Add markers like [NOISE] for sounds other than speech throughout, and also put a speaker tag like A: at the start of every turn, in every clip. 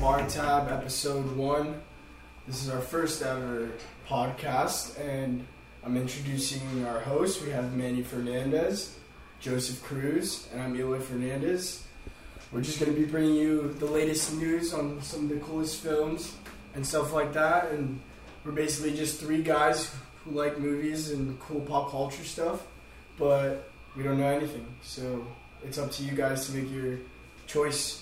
A: Bar Tab, episode one. This is our first ever podcast, and I'm introducing our hosts. We have Manny Fernandez, Joseph Cruz, and I'm Eloy Fernandez. We're just going to be bringing you the latest news on some of the coolest films and stuff like that. And we're basically just three guys who like movies and cool pop culture stuff, but we don't know anything. So it's up to you guys to make your choice.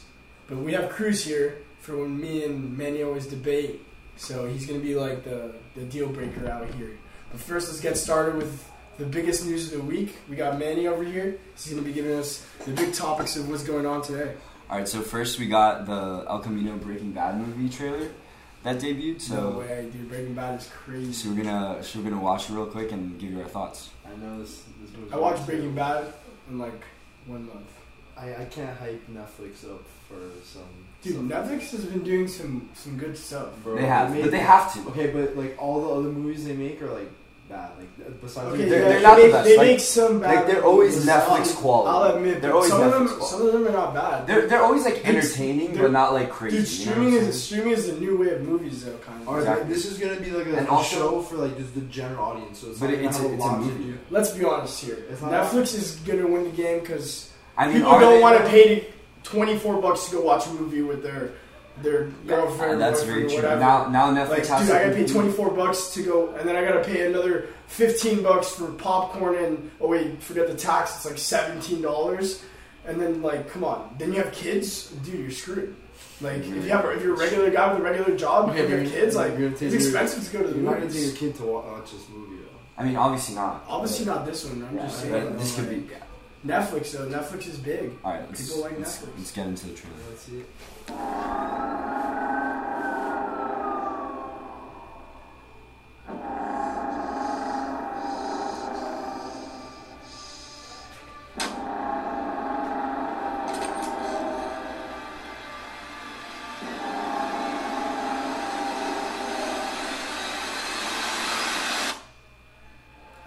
A: But we have Cruz here for when me and Manny always debate. So he's gonna be like the, the deal breaker out here. But first, let's get started with the biggest news of the week. We got Manny over here. He's gonna be giving us the big topics of what's going on today.
B: All right, so first we got the El Camino Breaking Bad movie trailer that debuted.
A: no
B: So,
A: way, dude! Breaking Bad is crazy.
B: so we're gonna so we're gonna watch it real quick and give you our thoughts.
C: I know this. this movie
A: I watched Breaking Bad in like one month.
C: I, I can't hype Netflix up for some.
A: Dude,
C: some-
A: Netflix has been doing some some good stuff.
C: Bro,
B: they have,
C: made-
B: but they have to.
C: Okay, but like all the other movies they make are like bad. Like besides,
A: Okay,
B: they're-
A: yeah,
B: they're not
A: they,
B: the
A: make-
B: best,
A: They
B: like-
A: make some bad.
B: Like they're always
A: movies.
B: Netflix quality.
A: I'll admit,
B: they're
A: but
B: always
A: some of
B: Netflix
A: them,
B: quality.
A: some of them are not bad.
B: They're they're always like
A: Dude,
B: entertaining,
A: they're-
B: but not like crazy.
A: Dude,
B: you know
A: streaming
B: what I'm
A: is
B: saying? Oh,
A: streaming is the new way of movies, though, kind of.
C: Or
B: Exactly.
C: this is gonna be like a,
B: And
C: a
B: also-
C: show for like just the general audience. So it's
B: But
C: not
B: it's
C: gonna
B: a,
C: have
B: it's a
C: lot to
B: movie.
C: do.
A: Let's be honest here.
C: It's not-
A: Netflix is gonna win the game because
B: I mean,
A: people
B: are
A: don't
B: they-
A: want to pay twenty four bucks to go watch a movie with their their
B: Uh,
A: girlfriend.
B: that's
A: boyfriend,
B: very
A: or
B: true.
A: whatever.
B: Now now Netflix
A: Like, dude,
B: has.
A: I gotta
B: to
A: pay twenty four bucks to go, and then I gotta pay another fifteen bucks for popcorn and oh wait, forget the tax. It's like seventeen dollars, and then like, come on, then you have kids, dude, you're screwed. Like, if you have if you're a regular guy with a regular job,
C: Okay,
A: if you
C: but
A: have
C: you-
A: kids, like,
C: you're gonna
A: it's
C: take your-
A: expensive to go to the
C: You're not gonna take your
A: movies.
C: kid to wa- watch this movie though.
B: I mean, obviously not.
A: Obviously not this one. I'm
B: Yeah,
A: just
B: but
A: saying. though,
B: this could
A: like,
B: be. Yeah.
A: Netflix though. Netflix is big.
B: All right, let's,
A: People like
B: let's,
A: Netflix.
B: let's get into the trailer.
C: Let's see.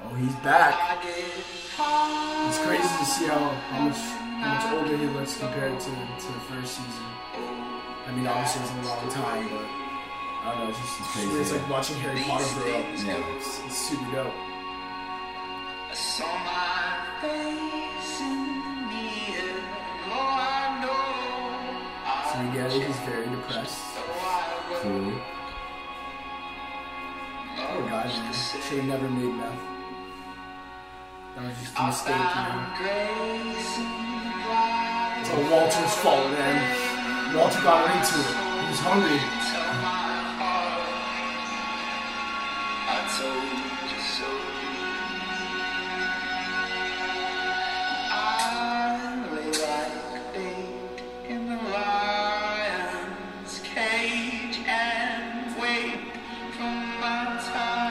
A: Oh, he's back. It's crazy to see how, how much how much older he looks compared to, to the first season. I mean, obviously it's a long time, but I don't know. It's just it's,
B: Crazy,
A: it's like
B: yeah.
A: watching Harry Potter grow up.
B: Yeah.
A: It's, it's super dope.
D: I saw my face in the mirror. Oh, I know.
A: So we get it. He's very depressed.
D: I was
B: Cool.
A: Oh God, man. Should have never made meth. That was just a mistake. You know?
D: grace and light.
A: So Walter's fault, man. Walter got into it. He was hungry.
D: Tell my heart. I told you so. I lay like a pig in the lion's cage and wait for my time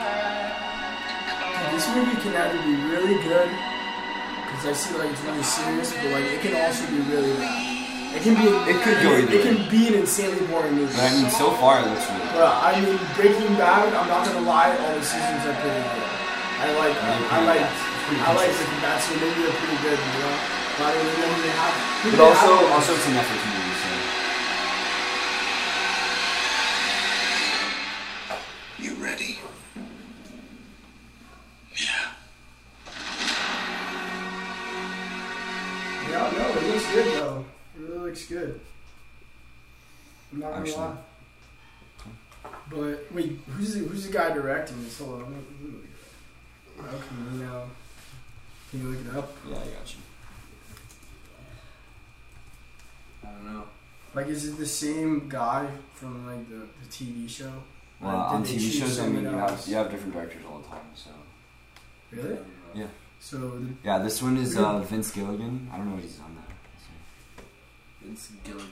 D: to come.
A: This movie can either be really good, because I see like it's really serious, but like it can also be really bad. It can be.
B: It could go either
A: It
B: way.
A: can be an insanely boring movie.
B: But I mean, so far it looks really.
A: Bruh, I mean, Breaking Bad. I'm not gonna lie, all the seasons are pretty good. I like. I like. I like Breaking Bad, so maybe they're pretty good. You know, but I mean, you know, they have.
B: But also, also it's a Netflix movie, so
D: You ready? Yeah.
A: Yeah, no, it looks good though. It really looks good. I'm not gonna
B: Actually.
A: lie. But wait, who's the, who's the guy directing this? Hold on, let me, let me look it up. How can we know? Can you uh, look it up?
B: yeah, I got you.
C: I don't know.
A: Like, is it the same guy from like the, the TV show?
B: Well,
A: Like, did
B: on
A: they
B: TV
A: choose
B: shows, I mean, you
A: someone
B: have
A: else?
B: you have different directors all the time. So
A: Really?
C: I don't know.
B: Yeah.
A: So the,
B: yeah, this one is uh, Vince Gilligan. I don't know what he's on there.
C: Vince Gilligan.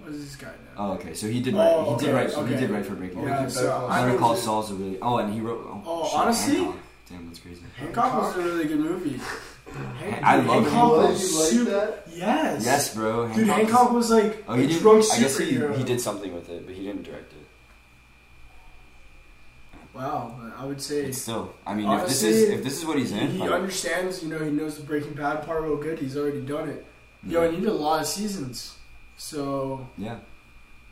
A: what is this guy now?
B: Oh, okay. So he did.
A: Oh,
B: Write, he
A: okay,
B: did write.
A: okay.
B: He did write for Breaking
A: yeah,
B: Bad.
A: so I
B: Better
A: was-
B: Call Saul's a really. Oh, and he wrote. Oh,
A: Oh,
B: shit,
A: honestly?
B: Hancock. Damn, that's crazy.
A: Hancock was a really good movie.
B: I love
A: Hancock
B: Hancock.
A: was
C: You like
A: super-
C: that?
A: Yes.
B: Yes, bro.
A: Dude,
B: Hancock is-
A: Hancock was like
B: Oh,
A: a
B: he did.
A: drunk
B: I guess he,
A: superhero.
B: he did something with it, but he didn't direct it.
A: Wow, but I would say
B: It's still. I mean,
A: Honestly,
B: if this is if this is what he's in,
A: he
B: like,
A: understands. You know, he knows the Breaking Bad part real good. He's already done it.
B: yeah.
A: Yo, and he did a lot of seasons. So
B: yeah,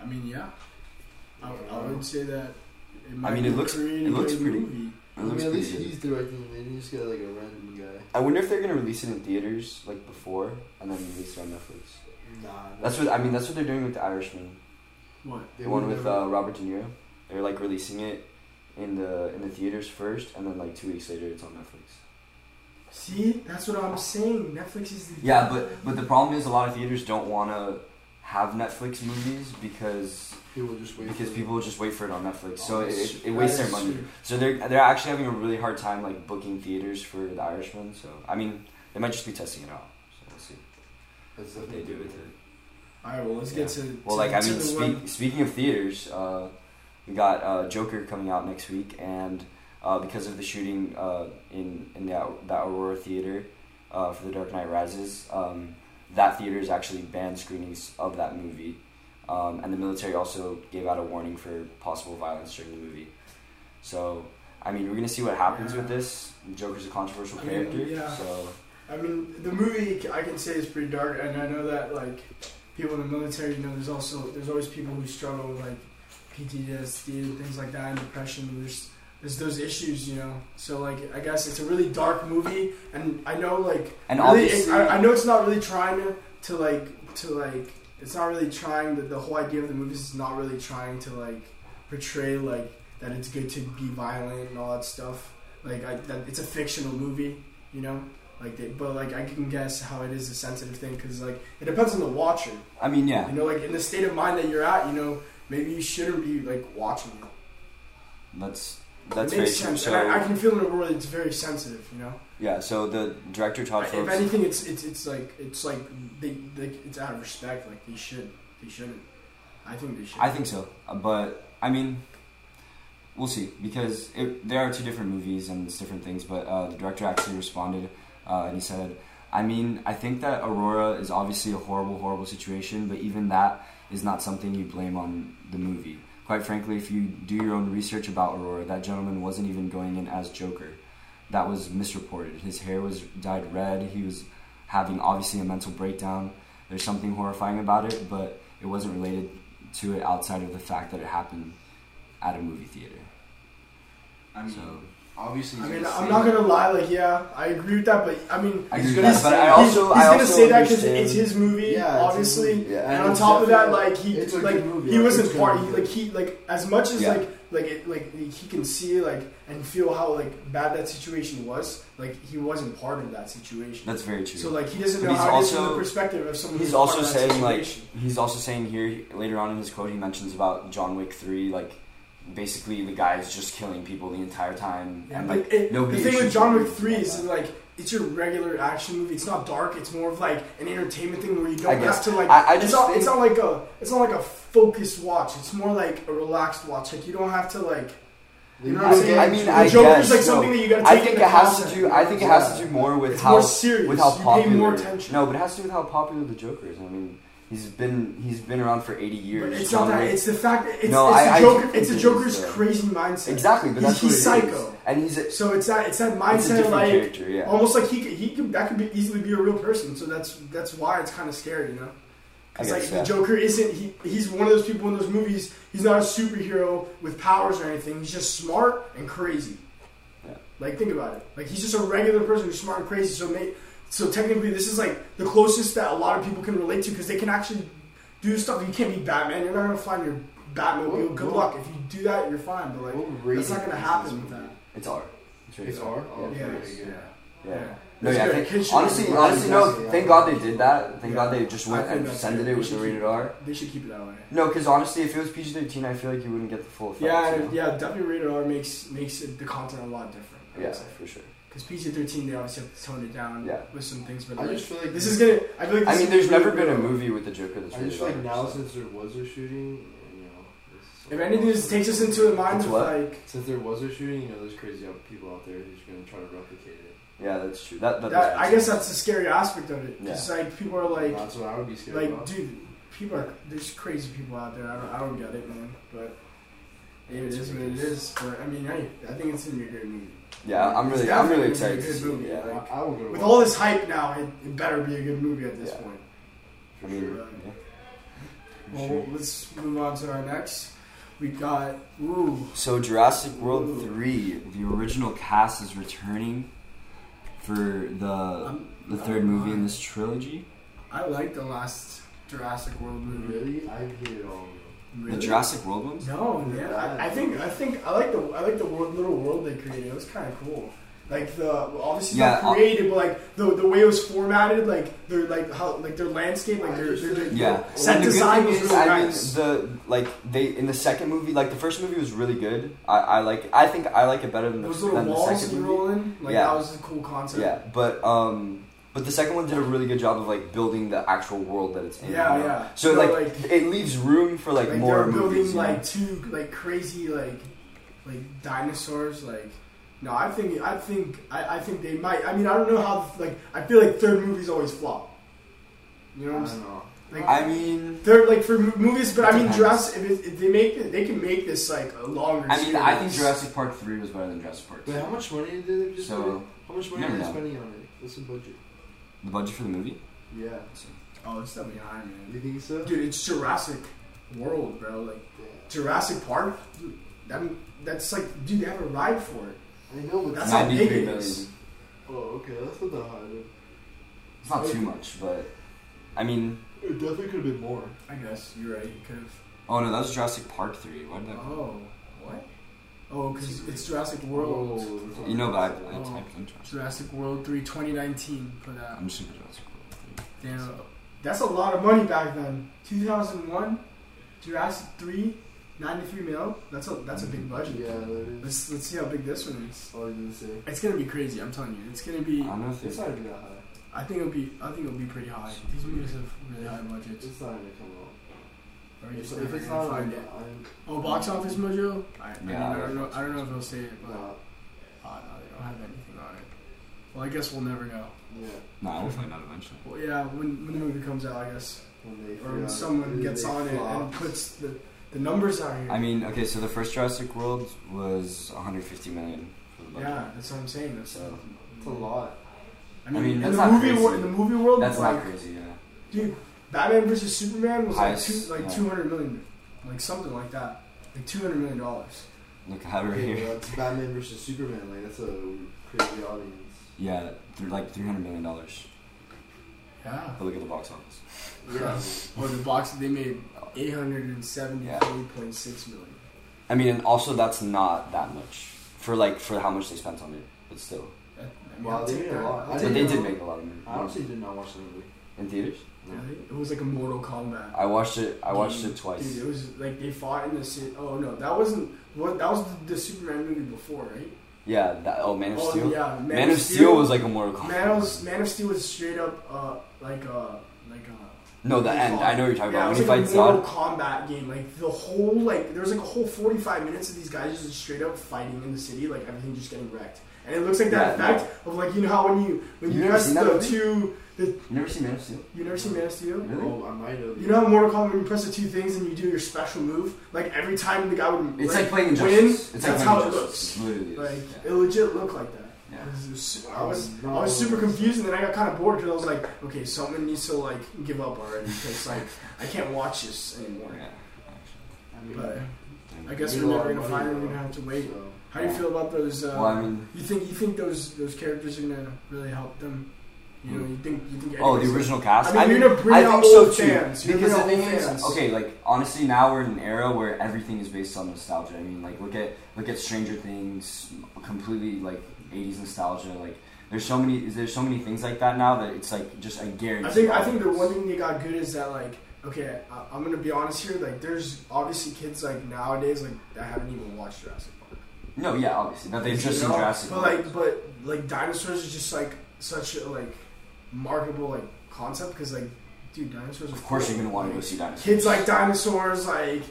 A: I mean, yeah. I, I would say that. It might
B: mean,
A: be
B: it looks-
A: creating
B: it
A: a
B: looks
A: good
B: pretty-
A: Movie.
B: It
C: I mean,
B: looks
C: at
B: pretty
C: least
B: good.
C: he's directing. They didn't just got like a random guy.
B: I wonder if they're gonna release it in theaters like before and then release it on Netflix.
C: Nah,
B: That's what I mean. That's what they're doing with The Irishman,
A: What?
C: They
B: the one
C: would
B: with
C: never-
B: uh, Robert De Niro. They're like releasing it in the in the theaters first, and then like two weeks later, it's on Netflix.
A: See, that's what I'm saying. Netflix is the
B: Yeah, but but the problem is a lot of theaters don't want to have Netflix movies because
C: people just wait
B: because
C: for
B: people just wait for Oh, it on Netflix, so
A: That's
B: it, it
A: true.
B: wastes their
A: That is
B: money.
A: true.
B: So they're they're actually having a really hard time like booking theaters for The Irishman. So I mean, they might just be testing it out. So we'll see
C: That's
B: what they
C: definitely-
B: do with it.
A: All right, well, let's
B: Yeah.
A: get to.
B: Well,
A: to,
B: like I
A: to
B: mean,
A: the
B: speak,
A: one-
B: speaking of theaters, uh, we got uh, Joker coming out next week, and uh, because of the shooting uh, in in the that Aurora theater uh, for The Dark Knight Rises, um, that theater is actually banned screenings of that movie, um, and the military also gave out a warning for possible violence during the movie. So, I mean, we're gonna see what happens with
A: Yeah.
B: this. Joker's a controversial
A: I mean,
B: character,
A: yeah.
B: so
A: I mean, the movie I can say is pretty dark, and I know that like people in the military, you know, there's also there's always people who struggle with like PTSD and things like that, and depression. and There's there's those issues, you know. So like, I guess it's a really dark movie, and I know like
B: and
A: really,
B: obviously,
A: I, I know it's not really trying to, to like to like it's not really trying the, the whole idea of the movies is not really trying to like portray like that it's good to be violent and all that stuff like I, that it's a fictional movie you know like they, but like I can guess how it is a sensitive thing because like it depends on the watcher
B: I mean, yeah.
A: you know like in the state of mind that you're at you know maybe you shouldn't be like watching it
B: That's that's
A: it
B: very
A: makes
B: true.
A: sense
B: So
A: and I, I can feel in a world it's very sensitive you know
B: yeah, so the director Todd
A: If
B: Phillips.
A: anything, it's it's it's like it's like they, they it's out of respect. Like they should, they shouldn't. I think they should.
B: I think so, Uh, but I mean, we'll see because it, there are two different movies and it's different things. But uh, the director actually responded uh, and he said, "I mean, I think that Aurora is obviously a horrible, horrible situation, but even that is not something you blame on the movie. Quite frankly, if you do your own research about Aurora, that gentleman wasn't even going in as Joker. That was misreported. His hair was dyed red. He was having obviously a mental breakdown. There's something horrifying about it, but it wasn't related to it outside of the fact that it happened at a movie theater.
C: I mean,
B: So
C: obviously.
A: I
C: he's
A: mean,
C: gonna
A: I'm
C: say
A: not
C: that.
A: gonna lie. Like, yeah, I agree with that. But I mean,
B: I
C: He's
B: agree with that,
C: gonna
B: but
C: say-
B: I
C: he's-
B: also
A: he's, he's
B: I
A: gonna
B: also
A: say that because
B: understand.
A: it's his movie,
C: Yeah, it's
A: obviously.
C: his movie. Yeah,
A: and
C: and
A: on
C: it's
A: top of that,
C: definitely-
A: like he
C: it's a
A: like
C: good movie,
A: he
C: like,
A: wasn't
C: it's gonna
A: part.
C: be
A: He,
C: good.
A: like he like as much as
B: Yeah.
A: like like it, like he can see like and feel how like bad that situation was. Like he wasn't part of that situation.
B: That's very true.
A: so like he doesn't
B: But
A: know
B: he's
A: how it is from
B: also-
A: the perspective of someone.
B: he's
A: who's part
B: also
A: of that
B: saying like
A: situation.
B: he's also saying here later on in his quote he mentions about John Wick three like basically the guy is just killing people the entire time
A: Yeah,
B: and
A: but
B: like
A: it-
B: nobody
A: the thing with
B: shoots
A: John
B: him.
A: Wick 3 is like it's your regular action movie. It's not dark. It's more of like an entertainment thing where you
B: I
A: don't have
B: guess.
A: to like.
B: I- I
A: it's
B: just
A: not.
B: think-
A: It's not like a. It's not like a focused watch. It's more like a relaxed watch. Like you don't have to like. You know what
B: I,
A: I'm saying?
B: I mean
A: the
B: I
A: Joker's
B: guess,
A: like
B: no.
A: something that you gotta take
B: I think
A: into
B: it has to
A: concept.
B: do I think it has to do more with
A: It's
B: how
A: more serious.
B: with how
A: you
B: popular
A: pay more attention.
B: no but it has to do with how popular the Joker is I mean he's been he's been around for eighty years
A: But it's
B: John
A: not that.
B: Wick-
A: It's the fact. that It's,
B: No,
A: it's
B: I-
A: the
B: I do
A: Joker.
B: think
A: It's
B: it
A: the
B: is,
A: Joker's
B: though.
A: crazy mindset.
B: exactly but that's
A: He's- he's
B: what it is.
A: psycho.
B: and he's a,
A: So it's that. It's that
B: it's a
A: mindset
B: different
A: like.
B: character yeah
A: Almost like he could, he could, that could be easily be a real person, so that's that's why it's kind of scary, you know.
B: I
A: It's like
B: guess,
A: the
B: yeah.
A: Joker isn't he, he's one of those people in those movies. He's not a superhero with powers or anything. He's just smart and crazy.
B: Yeah.
A: Like think about it. Like he's just a regular person who's smart and crazy. So may, so technically this is like the closest that a lot of people can relate to because they can actually do stuff. You can't be Batman. You're not gonna find your Batmobile.
C: What-
A: Good
C: what-
A: luck. If you do that, you're fine. But like
C: What rating
A: that's not gonna
C: is
A: happen
C: this
A: with that.
C: movie?
B: It's R. rated
C: It's R. Oh,
A: Yeah.
C: okay,
A: Yeah.
B: Yeah. No,
A: That's
B: yeah. I
A: good.
B: think-
A: Kids should
B: honestly,
A: be-
B: honestly, no.
C: Yeah.
B: Thank God they did that. Thank
A: Yeah.
B: God they just
A: I
B: went
A: think
B: and
A: that's
B: sended
A: good.
B: it
A: We
B: with the
A: should
B: rated
A: keep-
B: R.
A: They should keep it that way.
B: No, because honestly, if it was PG thirteen, I feel like you wouldn't get the full effect.
A: Yeah,
B: you know?
A: and- yeah, W rated R makes makes it, the content a lot different. I would
B: yeah,
A: say.
B: for sure.
A: Because PG thirteen, they obviously have to tone it down
B: Yeah.
A: with some things, but
C: I
A: like,
C: just feel like
A: this is gonna. I feel like
B: I
A: this
B: mean,
A: is
B: there's
A: gonna
B: never
A: be
B: been a
A: real.
B: movie with the Joker that's
C: I
B: rated
C: just feel like
B: R,
C: now
B: so.
C: since there was a shooting, you know. this is-
A: If anything, this takes us into the mind
B: It's
A: of
B: what?
A: like
C: Since there was a shooting, you know, there's crazy out- people out there who's gonna try to replicate it.
B: Yeah, that's true. That, that,
A: that. I guess that's the scary aspect of it.
B: Yeah.
A: It's like people are like,
C: that's what I would be scared
A: like,
C: about.
A: dude, people are there's crazy people out there. I don't, I don't get it, man. But it
C: It's
A: is what it
C: ridiculous.
A: is. But I mean, hey, I think it's gonna be a great movie.
B: Yeah, I'm
A: It's
B: really, I'm really
A: definitely
B: excited.
A: gonna be a
B: To
A: good
B: see,
A: movie,
B: it, yeah.
A: like,
C: I, I would go
A: With all this hype now, it, it better be a good movie at this
B: Yeah.
A: point.
C: for
B: I mean,
C: sure.
A: Sure.
B: yeah.
A: Well, let's move on to our next. We got ooh,
B: So Jurassic World
A: Ooh.
B: three, the original cast is returning for the
A: um,
B: the third movie in this trilogy.
A: I like the last Jurassic World movie.
C: Really? I hated all of them.
B: The
A: Really?
B: Jurassic World ones.
A: No, man. I, I think I think I like the I like the wor- little world they created. It was kind of cool. Like the obviously
B: Yeah, uh, I'll-
A: not created, but like the the way it was formatted, like their like how like their landscape, like their, their, their
B: Yeah.
A: Set
B: And the good
A: design
B: thing
A: was
B: is,
A: really
B: I mean,
A: nice.
B: the like they in the second movie, like the first movie was really good. I, I like I think I like it better than the,
A: those little
B: than the
A: walls
B: second
A: you
B: movie.
A: roll in. Like
B: Yeah.
A: that was a cool concept.
B: Yeah, but um, but the second one did a really good job of like building the actual world that it's in.
A: Yeah,
B: you know?
A: yeah.
B: So
A: No,
B: like, it leaves room for like,
A: like
B: more
A: they're building
B: movies. you know?
A: like two like crazy like like dinosaurs like no I think I think I, I think they might I mean I don't know how like I feel like third movies always flop you know what
C: I
A: I'm
C: don't
A: saying
C: know.
A: like
B: I mean,
A: they're like for mo- movies but I mean
B: Depends.
A: Jurassic if, it, if they make it, they can make this like a longer
B: I mean, I think
A: series.
B: Jurassic Park three was better than Jurassic Park.
C: Wait, how much money did they just
B: So
C: put in? How much money
B: never
C: are they
B: know.
C: spending on it? What's the budget?
B: the budget for the movie.
C: Yeah.
A: oh it's definitely high man
C: You think so?
A: dude it's Jurassic World bro like
C: Yeah.
A: Jurassic Park dude, that, that's like dude they have a ride for it
C: I know, but
A: That's
C: that's
A: how
B: Ninety
A: big
B: three
A: it
B: million.
A: is.
B: It's
C: Oh, okay, that's not that high. dude.
B: not too much, but I mean,
C: It definitely could have been more.
A: I guess you're right you could have
B: oh no, that was Jurassic Park three. Why did that?
A: Oh, what? Oh, because it's Jurassic World.
B: You know, but I, I
A: Oh.
B: typed in Jurassic.
A: Jurassic World 3 2019 put out.
B: I'm just gonna put Jurassic World.
A: Damn. That's a lot of money back then. 2001, Jurassic 3, 93 mil. That's a that's a big budget.
C: Yeah, that is.
A: Let's let's see how big this one is.
C: I was gonna say.
A: It's gonna be crazy. I'm telling you. It's gonna be.
B: I don't know if
C: It's
B: it's.
C: not gonna be that high.
A: I think it'll be. I think it'll be pretty high. These movies have really high budgets.
C: It's not gonna come out.
A: Or you
C: If,
A: just
C: if
A: never
C: it's
A: gonna
C: not on,
A: find it. Oh, box office mojo. I, I, mean,
B: Yeah,
A: I don't
B: that's-
A: know. I don't know if they'll say it,
C: I'm
A: but
C: not.
A: oh, no, they don't have anything on it. Well, I guess we'll never know.
C: Yeah.
B: No, we'll find out eventually.
A: Well, yeah, when, when the movie comes out, I guess,
C: When they.
A: or
C: figure
A: when
C: out-
A: someone
C: they
A: gets on it and
C: flop.
A: puts the, the numbers out here.
B: I mean, okay, so the first Jurassic World was 150 million for the budget.
A: yeah, that's what I'm saying. That's
B: So-
C: It's a lot.
A: I mean,
B: I mean,
A: in
B: that's
A: the
B: not
A: movie
B: crazy.
A: wor- in the movie world,
B: That's
A: like
B: not crazy, yeah.
A: Batman versus Superman was like two,
B: Highest,
A: like
B: yeah.
A: 200 million, like something like that, like 200 million dollars.
B: Look, I have it right
C: Okay,
B: here.
C: well, that's Batman versus Superman. Like that's a crazy audience.
B: Yeah, th- like 300 million dollars.
A: Yeah.
B: But look at the box office.
C: Yeah.
A: Or the box they made 873.6
B: Yeah.
A: million.
B: I mean, and also that's not that much for like for how much they spent on it, but still.
A: That, I mean,
C: Wow,
A: I'll
C: they
A: take
C: made a
A: that.
C: lot.
A: I'll
C: I
B: But
A: take
B: they
A: that.
B: did make a lot of money.
C: I honestly did not watch the movie.
B: in theaters.
A: Really? It was like a Mortal Kombat.
B: I watched it. I watched it twice.
A: Dude, it was like they fought in the city. Oh no, that wasn't. What that was the, the Superman movie before, right?
B: Yeah. That, oh, Man of
A: oh
B: Steel.
A: yeah, Man,
B: Man of Steel was like a Mortal Kombat.
A: Man of, Man of Steel was straight up uh like uh like uh
B: No, the end. I know what you're talking
A: yeah,
B: about.
A: it
B: When
A: was
B: he
A: like
B: fights
A: a Mortal
B: Zod.
A: Kombat game. Like the whole like there was like a whole forty five minutes of these guys just straight up fighting in the city, like everything just getting wrecked. And it looks like that
B: Yeah,
A: effect of like you know how when you when
B: You
A: you,
B: never
A: press
B: seen that
A: the
B: movie?
A: two
B: You never seen Man of Steel?
A: you never seen Man of Steel?
B: Really?
C: Oh, I might have.
A: You know how in Mortal Kombat when you press the two things and you do your special move? Like every time the guy would
B: It's
A: like,
B: like playing
A: win,
B: Injustice. It's like
A: that's how
B: playing
A: it
B: Injustice.
A: looks.
B: Literally is.
A: Like
B: yeah.
A: it legit looked like that.
B: Yeah.
A: It was su- I
C: Oh,
A: was
C: no.
A: I was super confused and then I got kind of bored because I was like, okay, someone needs to like give up already because like I can't watch this anymore.
B: Yeah.
C: I mean,
A: But
B: Actually.
A: I guess uh,
C: Made
A: we're
C: a lot
A: never
C: of
A: gonna
C: money,
A: find it. We're
C: though.
A: gonna have to wait.
C: so-
A: How do you feel about those? Uh,
B: Well, I mean,
A: you think you think those those characters are gonna really help them? You know,
B: Hmm.
A: you think you think?
B: Oh,
A: Eddie's
B: the
A: gonna-
B: original cast.
A: I mean, you're gonna bring
B: I
A: out
B: think so
A: old
B: too.
A: fans. You're
B: Because the
A: gonna bring
B: thing
A: out old fans.
B: is, okay, like honestly, now we're in an era where everything is based on nostalgia. I mean, like look at look at Stranger Things, completely like '80s nostalgia. Like there's so many there's so many things like that now that it's like just a guarantee.
A: I think I
B: audience.
A: think the one thing they got good is that like okay I, I'm gonna be honest here like there's obviously kids like nowadays like that haven't even watched Jurassic Park.
B: No, yeah, obviously that they've just
A: You
B: seen
A: know?
B: Jurassic.
A: But
B: Park.
A: like but like dinosaurs is just like such a like markable like concept because like dude dinosaurs. Are
B: of course,
A: cool.
B: you're gonna want to go
A: Like,
B: see dinosaurs.
A: Kids like dinosaurs like.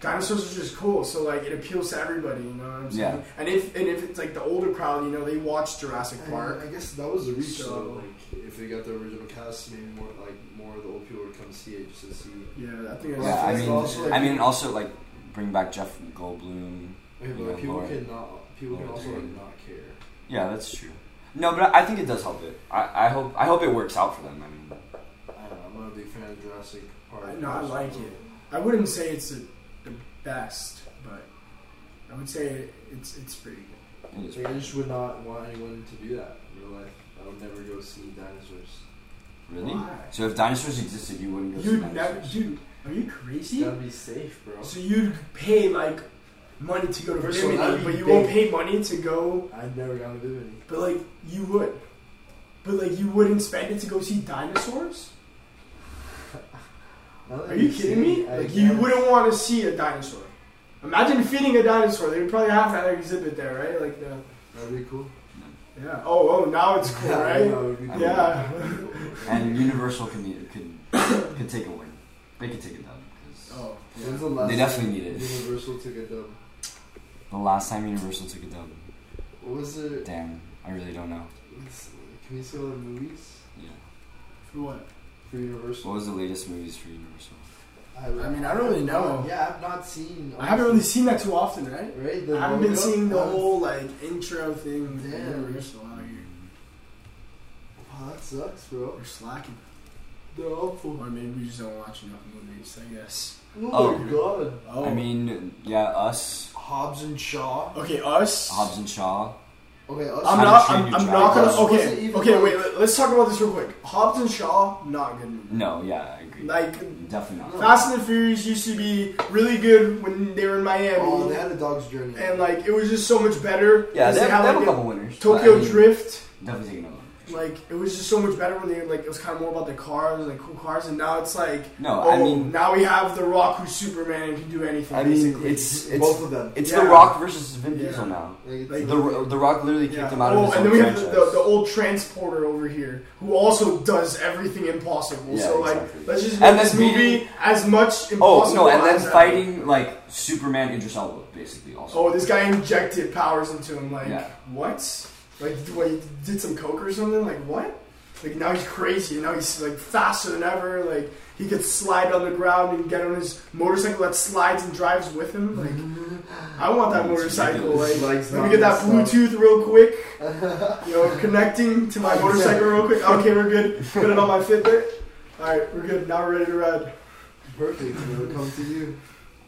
A: Dinosaurs are just cool, so like it appeals to everybody, you know what I'm saying?
B: Yeah.
A: And if and if it's like the older crowd, you know, they watch Jurassic
C: And
A: Park.
C: I guess that was the reach.
A: So-
C: though, like, if they got the original cast, maybe more like more of the old people would come see it just to see.
A: Yeah, I think.
B: yeah, I
C: It's
B: mean,
C: also, like-
B: I mean, also like bring back Jeff Goldblum.
C: Okay, but
B: Yeah,
C: people
B: more-
C: can not. People can
B: more
C: also
B: thing.
C: like not care.
B: Yeah, that's true. No, but I think it does help it. I, I hope I hope it works out for them. I mean,
C: I don't know. I'm not a big fan of Jurassic Park.
A: No, I like it. I wouldn't say it's the, the best, but I would say it's it's pretty good.
B: It is.
C: Like, I just would not want anyone to do that in real life. I would never go see dinosaurs.
B: Really?
A: Why?
B: So if dinosaurs existed, you wouldn't go see
A: You'd never,
B: dinosaurs.
A: dude. Are you crazy?
C: Gotta be safe, bro.
A: So you'd pay like money to go to
C: First of all,
A: Bimini,
C: that'd
A: but
C: be
A: you won't
C: big.
A: pay money to go.
C: I've never gone to Bimini.
A: But like you would, but like you wouldn't spend it to go see dinosaurs.
C: Now that
A: Are you
C: say
A: kidding me?
C: it, I
A: Like you
C: guess.
A: wouldn't want to see a dinosaur. Imagine feeding a dinosaur. They would probably have that exhibit there, right? Like the
C: That'd be cool.
A: yeah. Oh, oh, now it's cool,
C: [LAUGHS] Yeah, I
A: right?
C: know, it'd be cool.
A: Yeah.
C: [LAUGHS]
B: And Universal can could could take a win. They could take a dub because
A: Oh,
C: When's
A: yeah.
C: the last
B: They definitely
C: time
B: need it.
C: Universal took a dub.
B: the last time Universal took a dub,
C: What was it?
B: damn, I really don't know.
C: Let's- Can we see all the movies
B: Yeah.
A: For what?
C: for Universal?
B: What was the latest movies for Universal?
A: I mean, I don't really know.
C: Yeah, I've not seen.
A: I haven't really seen that too often, right?
C: Right?
A: I
C: The
A: haven't been
C: logo?
A: seeing the
C: Um,
A: whole like intro thing. with
C: Damn.
A: Universal out here.
C: Wow, that sucks, bro.
A: We're slacking.
C: They're awful.
A: Or maybe we just don't watch enough movies, I guess.
C: Oh,
B: Oh.
C: my god.
A: Oh.
B: I mean, yeah, us,
C: Hobbs and Shaw.
A: okay, us.
B: Hobbs and Shaw.
C: Okay, us.
A: I'm
B: How to
A: not.
B: Train
A: I'm,
B: Your
A: I'm not gonna.
B: Dragon.
C: Wasn't
A: Okay.
C: even
A: Okay.
C: like-
A: Wait. let- Let's talk about this real quick. Hobbs and Shaw, not good movie.
B: No, yeah, I agree.
A: Like
B: Definitely not.
A: Fast and the Furious used to be really good when they were in Miami,
C: Oh, they had a dog's journey.
A: and like it was just so much better.
B: Yeah,
A: Because
B: they, have, they
A: had,
B: have a
A: like,
B: couple winners. but
A: Tokyo
B: I mean,
A: Drift.
B: Definitely taking another one.
A: Like it was just so much better when they like it was kind of more about the cars, like cool cars, and now it's like
B: No,
A: oh,
B: I mean,
A: now we have the Rock who's Superman and can do anything.
B: I mean,
A: basically.
B: it's it's
C: both of them.
B: it's
A: Yeah.
B: The Rock versus Vin
A: Yeah.
B: Diesel now.
C: Like, it's-
A: like-
B: The Ro- The Rock literally kicked
A: Yeah.
B: him out
A: oh,
B: of his
A: and
B: own
A: then we have
B: franchise.
A: the, the, the old transporter over here who also does everything impossible.
B: Yeah,
A: so like,
B: exactly.
A: let's just
B: And
A: make this
B: that's being-
A: movie as much impossible.
B: oh no, and then
A: as that.
B: fighting like Superman Idris Elba basically also.
A: Oh, this guy injected powers into him. Like
B: Yeah.
A: what? Like what? He did some coke or something? Like what? Like now he's crazy. Now he's like faster than ever. Like he could slide on the ground and get on his motorcycle that slides and drives with him.
B: [LAUGHS]
A: Like I want that
B: It's
A: motorcycle.
B: ridiculous.
A: Like
C: Legs
A: let me
C: not
A: get that
C: messed
A: Bluetooth real quick. You
B: [LAUGHS]
A: know, connecting to my motorcycle real quick. Okay, we're good. Put it on my Fitbit. All right, we're good. Now we're ready to ride.
C: Perfect, bro. Come to you.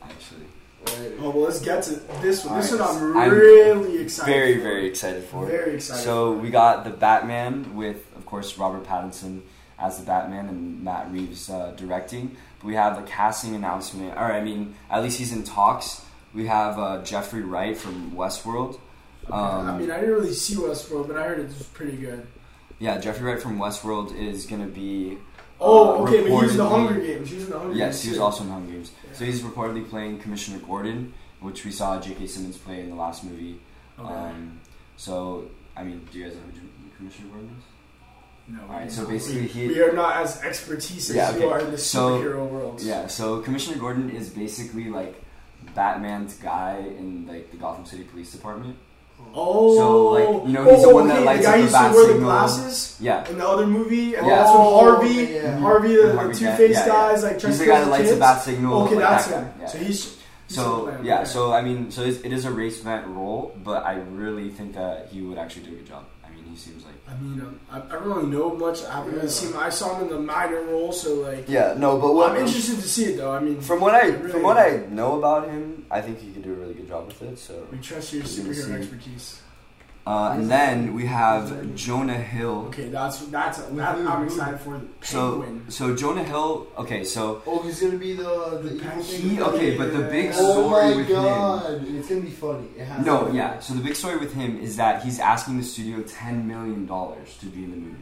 B: Actually,
C: Alright.
A: Oh well, let's get to this one. This
B: All
A: one
B: right.
A: I'm,
B: I'm
A: really excited.
B: very
A: for.
B: very excited for it.
A: very excited.
B: So we got the Batman with, of course, Robert Pattinson as the Batman and Matt Reeves uh, directing. But we have a casting announcement, or I mean, at least he's in talks. We have uh, Jeffrey Wright from Westworld. Um, Uh,
A: I mean, I didn't really see Westworld, but I heard it's pretty good.
B: yeah, Jeffrey Wright from Westworld is going to be.
A: Oh,
B: uh,
A: okay, but he was in the
B: reportedly-
A: Hunger Games. He was in the Hunger Games.
B: Yes, he was
A: too.
B: also in Hunger Games. So he's reportedly playing Commissioner Gordon, which we saw J.K. Simmons play in the last movie.
A: Okay.
B: Um, so, I mean, do you guys know who J- Commissioner Gordon is?
A: no,
B: All right,
A: we-
B: so basically
A: we,
B: he-
A: we are not as expertise as
B: Yeah,
A: you
B: okay.
A: are in the
B: So-
A: superhero world.
B: Yeah, so Commissioner Gordon is basically like Batman's guy in like the Gotham City Police Department.
A: Oh,
B: So, like, you know, he's the
A: oh,
B: one that
A: okay,
B: lights
A: the
B: up
A: guy
B: the
A: used
B: bat
A: to wear the
B: signal.
A: glasses
B: Yeah.
A: in the other movie, and
B: Yeah.
A: that's when
C: Oh,
A: Harvey,
C: yeah.
A: Harvey, the,
B: Harvey
A: Two
B: Dent,
A: Face
B: yeah, yeah.
A: guys, like
B: He's the
A: tries
B: guy
A: to
B: that lights
A: kids.
B: the bat signal.
A: Okay,
B: like,
A: that's
B: that guy.
A: him.
B: Yeah.
A: So he's. he's
B: So
A: Superman,
B: yeah,
A: okay.
B: so I mean, so it's, it is a race event role, but I really think that he would actually do a good job. I mean, he seems like
A: I mean, um, I, I don't really know much. I haven't really
C: Yeah.
A: seen. I saw him in the minor role, so like,
B: yeah, no, but
A: I'm interested to see it though. I mean,
B: from what I
A: really-
B: from what I know about him, I think he could do a really good job with it. So
A: we trust your
B: We're gonna
A: superhero
B: see.
A: expertise.
B: uh, and then we have Jonah Hill.
A: Okay, that's that's that, I'm excited for the
B: So
A: penguin.
B: so Jonah Hill. Okay, so
C: Oh, he's gonna be the the evil
B: he
C: thing.
B: okay, but the big
A: Yeah.
B: story
C: Oh my
B: with him.
C: god, it's gonna be funny. It has to
B: No,
C: be.
B: yeah. So the big story with him is that he's asking the studio ten million dollars to be in the movie.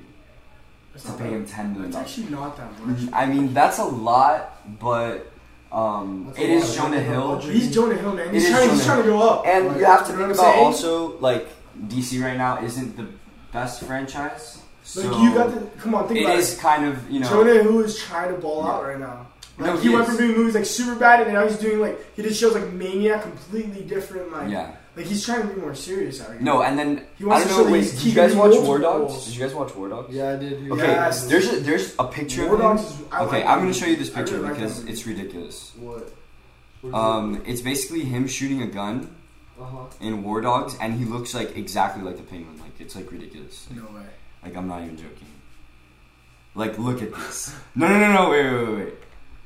A: That's
B: To
A: not
B: pay him ten million
A: That's
B: dollars.
A: actually not that much.
B: I mean, that's a lot, but um,
C: That's
B: it
C: a
B: is
C: lot.
B: Jonah Hill,
A: He's Jonah Hill, man.
B: It
A: He's
B: is
A: trying, he's trying
B: Jonah
A: to go up.
B: and
A: Like,
B: you have to
A: you know
B: think
A: what I'm
B: about
A: saying?
B: also like DC right now isn't the best franchise. So
A: like you got to come on, think
B: it
A: about
B: is kind of you know.
A: Jonah Hill is trying to ball
B: Yeah.
A: out right now. Like,
B: No,
A: he,
B: he
A: went
B: is.
A: from doing movies like super bad, and now he's doing like he did shows like Maniac, completely different. Like,
B: yeah.
A: like he's trying to be more serious. I reckon.
B: No, and then
A: He
B: I
A: wants
B: don't
A: to
B: know.
A: show that
B: Wait,
A: he's
B: did you
A: keeping
B: guys watch
A: multiple
B: War Dogs?
A: roles.
B: Did you guys watch War Dogs?
C: Yeah, I did. hear
B: Okay,
C: that.
A: Yes.
B: there's a, there's a picture
A: War
B: of him.
A: Dogs is, I like
B: Okay, I'm
A: that
B: gonna
A: movie.
B: show you this
A: I really
B: picture
A: like that
B: because
A: movie.
B: it's ridiculous.
C: What?
B: Um, it's basically him shooting a gun
C: Uh huh.
B: in War Dogs, and he looks like exactly like the penguin. Like it's like ridiculous.
A: no way.
B: Like I'm not even joking. Like look at this. No, no, no, no. Wait, wait, wait, wait.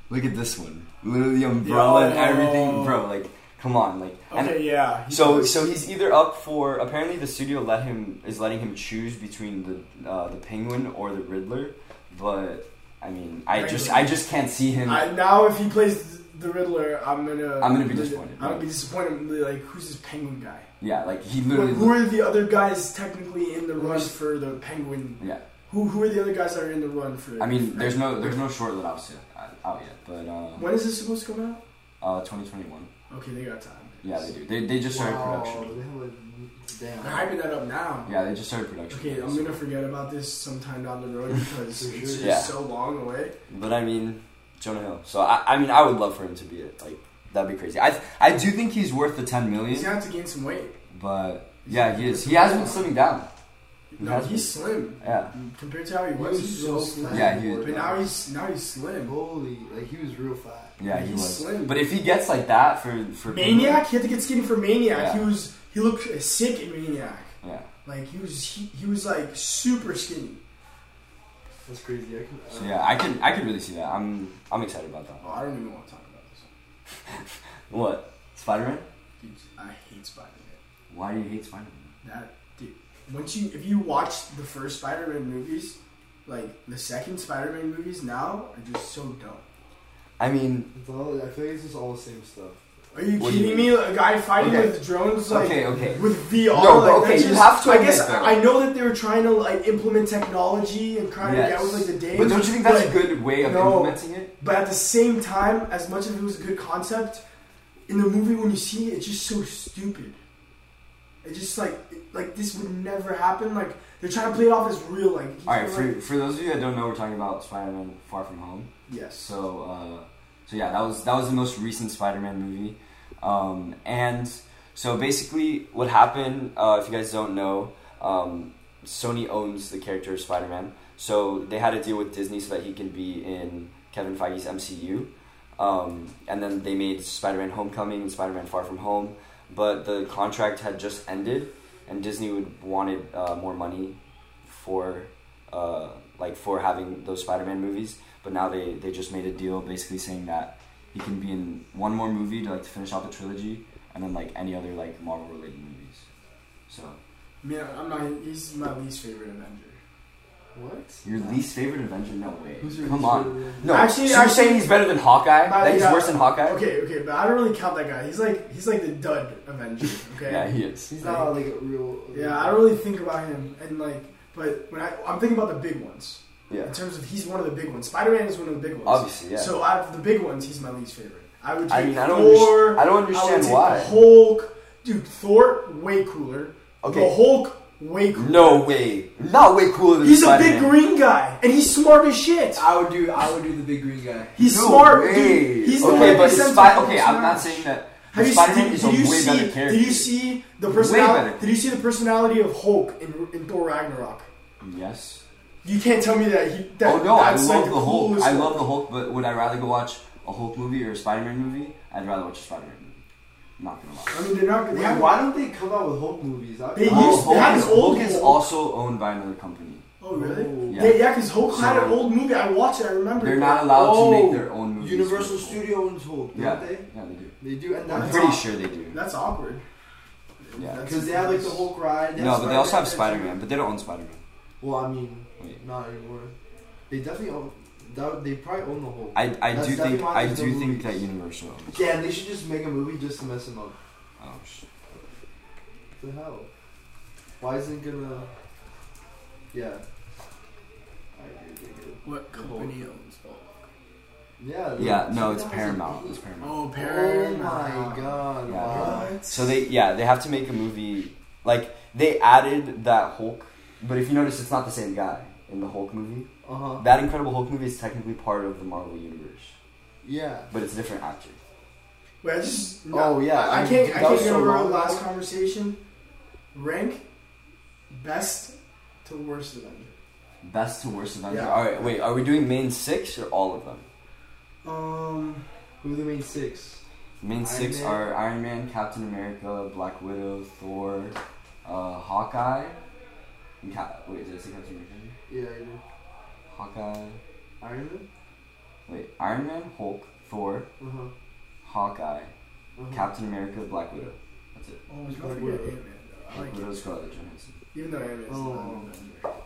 B: Look at this one. Literally the umbrella and
A: Yo.
B: everything, bro. Like, come on, like. and-
A: Okay, yeah. he
B: so
A: does.
B: so he's either up for apparently the studio let him is letting him choose between the uh, the penguin or the Riddler, but I mean I just I just can't see him.
A: I, now if he plays the Riddler, I'm gonna.
B: I'm gonna be disappointed.
A: I'm gonna be disappointed. I'm gonna be like, who's this Penguin guy?
B: yeah, like he
A: Who,
B: literally.
A: who are the other guys technically in the run
C: Who's-
A: for the Penguin?
B: yeah,
A: Who Who are the other guys that are in the run for?
B: I mean there's no there's no short let out yet, out yet, but uh,
A: When is this supposed to come out?
B: uh 2021.
A: Okay, they got time.
B: Yeah, they do. They they just started
C: Wow,
B: production.
C: they have a-
A: I'm
C: Damn.
A: hyping that up now.
B: Yeah, they just started production.
A: Okay, I'm gonna forget about this sometime down the road
B: [LAUGHS]
A: because
C: For
A: it's just
B: sure. Yeah.
A: so long away.
B: But I mean, Jonah Hill. So I, I mean, I would love for him to be it. Like that'd be crazy. I I do think he's worth the ten
A: He's
B: million.
A: gonna have to gain some weight.
B: But yeah, he is. He has been slimming down.
A: No,
B: has-
A: he's slim
B: Yeah,
A: compared to how he was. He's so slim.
B: Yeah, he was-
A: But now he's now he's slim.
C: Holy, like he was real fat.
B: yeah, he
A: He's
B: was.
A: slim.
B: But if he gets like that for for
A: Maniac, he had to get skinny for Maniac.
B: Yeah.
A: He was he looked sick in Maniac.
B: yeah,
A: Like he was he, he was like super skinny.
C: That's crazy. I can,
B: so yeah, I can I can really see that. I'm I'm excited about that.
A: Oh, I don't even want to talk about this.
B: What Spider Man?
A: Dude, I hate Spider Man.
B: Why do you hate Spider Man?
A: That dude. Once you if you watch the first Spider Man movies, like the second Spider Man movies now are just so dumb.
B: I mean,
C: It's all, I feel like it's just all the same stuff.
A: Are you
B: What do
A: kidding
B: you
A: me? A guy fighting
B: Okay.
A: with drones like
B: okay, okay.
A: with VR.
B: No,
A: like,
B: but okay,
A: that's
B: you
A: just,
B: have to
A: I guess
B: admit, though.
A: I know that they were trying to like implement technology and trying to
B: Yes.
A: get with like the days.
B: But don't you think that's a
A: but-
B: good way of
A: No.
B: implementing it?
A: But at the same time, as much as it was a good concept, in the movie when you see it, it's just so stupid. It's just like it- like this would never happen. Like they're trying to play it off as real. Like
B: All
A: like,
B: right, for for those of you that don't know, we're talking about Spider Man Far From Home.
A: yes,
B: So, uh, so yeah, that was that was the most recent Spider-Man movie, um, and so basically, what happened? Uh, if you guys don't know, um, Sony owns the character of Spider-Man, so they had to deal with Disney so that he can be in Kevin Feige's MCU, um, and then they made Spider-Man: Homecoming and Spider-Man: Far From Home, but the contract had just ended, and Disney would wanted uh, more money for uh, like for having those Spider-Man movies. But now they, they just made a deal basically saying that he can be in one more movie to like to finish out the trilogy, and then like any other like Marvel related movies. So
A: man, I'm not. He's my least favorite Avenger.
C: What?
B: your least favorite Avenger? No way.
C: Who's your
B: Come
C: least
B: on.
C: favorite?
A: Actually-
B: No, actually, so you're
A: actually-
B: saying he's better than Hawkeye?
A: But
B: That he's
A: yeah.
B: worse than Hawkeye?
A: Okay, okay, but I don't really count that guy. He's like he's like the dud Avenger. Okay.
B: Yeah, he is.
C: He's not like a real.
A: Yeah, I don't really think about him, and like, but when I I'm thinking about the big ones
B: Yeah,
A: in terms of he's one of the big ones. Spider Man is one of the big ones.
B: obviously. Yeah.
A: So out of the big ones, he's my least favorite. I would take
B: I mean, I don't.
A: Thor.
B: underst- I don't
A: I would
B: understand
A: take
B: why.
A: The Hulk, dude. Thor way cooler. The
B: okay.
A: Hulk way cooler.
B: No way. Not way cooler than
A: He's a
B: Spider-Man.
A: big green guy, and he's smart as shit.
C: I would do. I would do the big green guy.
A: He's
B: No
A: smart.
B: way.
A: Dude, he's
B: okay,
A: the
B: but
A: epicenter
B: Spi-
A: of
B: okay,
A: Smash.
B: I'm not saying that.
A: Have you
B: Spider-Man
A: seen,
B: is
A: did
B: a
A: you
B: way
A: see,
B: better character.
A: Did you see the
B: better.
A: personality? Did you see the personality of Hulk in, in Thor Ragnarok?
B: Yes.
A: You can't tell me that he. That,
B: oh no, I
A: that's
B: love
A: like
B: the Hulk.
A: coolest
B: I love the Hulk, but would I rather go watch a Hulk movie or a Spider-Man movie? I'd rather watch a Spider-Man movie. I'm not gonna lie.
A: I mean, they're not. They
C: Wait,
A: have,
C: why don't they come out with Hulk movies? I,
A: They
C: I-
A: used-
B: Hulk,
A: they had
B: is,
A: an old
B: Hulk is
A: Hulk.
B: also owned by another company.
A: oh really?
C: Oh.
A: Yeah,
B: Yeah.
A: yeah, because Hulk had an
B: So-
A: old movie. I watched it. I remember.
B: They're not allowed to
C: Oh,
B: make their own movies.
C: Universal
B: with Hulk.
C: Studio owns Hulk, don't
B: Yeah,
C: they?
B: yeah, they do.
C: They do, and
B: I'm
C: that's
B: pretty sure they do.
A: That's awkward.
B: Yeah.
A: That's-
C: because they have like the Hulk ride.
B: No,
C: have
B: but they also have
C: Spider-Man.
B: Spider-Man, but they don't own Spider-Man.
C: Well, I mean,
B: Wait.
C: not anymore. They definitely own. That, they probably own the Hulk.
B: I, I
C: That's
B: do
C: definitely
B: think
C: why
B: I
C: there's
B: do
C: no
B: think
C: movies.
B: that Universal owns.
C: yeah, and they should just make a movie just to mess him up.
B: Oh, sh-
C: What the hell? Why isn't it gonna? Yeah. I agree, I agree.
A: What company owns Hulk?
C: Yeah. they-
B: yeah, no, it's
C: 2008.
B: Paramount. It's Paramount.
A: Oh,
C: Oh
A: Paramount.
C: my god!
B: Yeah.
C: Wow.
A: What?
B: Uh, So they yeah, they have to make a movie like they added that Hulk, but if you notice it's not the same guy in the Hulk movie.
C: Uh huh.
B: That Incredible Hulk movie is technically part of the Marvel universe,
C: Yeah.
B: but it's a different actor.
A: Wait, I just. No,
C: Oh, yeah,
A: I, I
C: I-
A: can't.
C: that
A: I can't
C: was so
A: remember our
C: long
A: last
C: ago.
A: conversation. Rank best to worst Avenger.
B: Best to worst Avenger.
A: Yeah.
B: All right, wait, are we doing main 6 or all of them?
A: Um,
C: Who are the main six?
B: Main
C: Iron
B: 6
C: Man.
B: are Iron Man, Captain America, Black Widow, Thor, uh, Hawkeye. and Cap- wait, did I say Captain America?
C: Yeah. I do.
B: Hawkeye.
C: Iron Man.
B: Wait, Iron Man, Hulk, Thor,
C: Uh huh.
B: Hawkeye,
C: Uh-huh.
B: Captain America, Black Widow. That's it.
A: Oh, he's
C: Black
A: probably
C: Widow.
A: Ant Man though. I
B: Black
A: like it.
B: Widow, Scarlet Johansson.
A: Even though Ant Man's
C: Oh.
A: not an Avenger.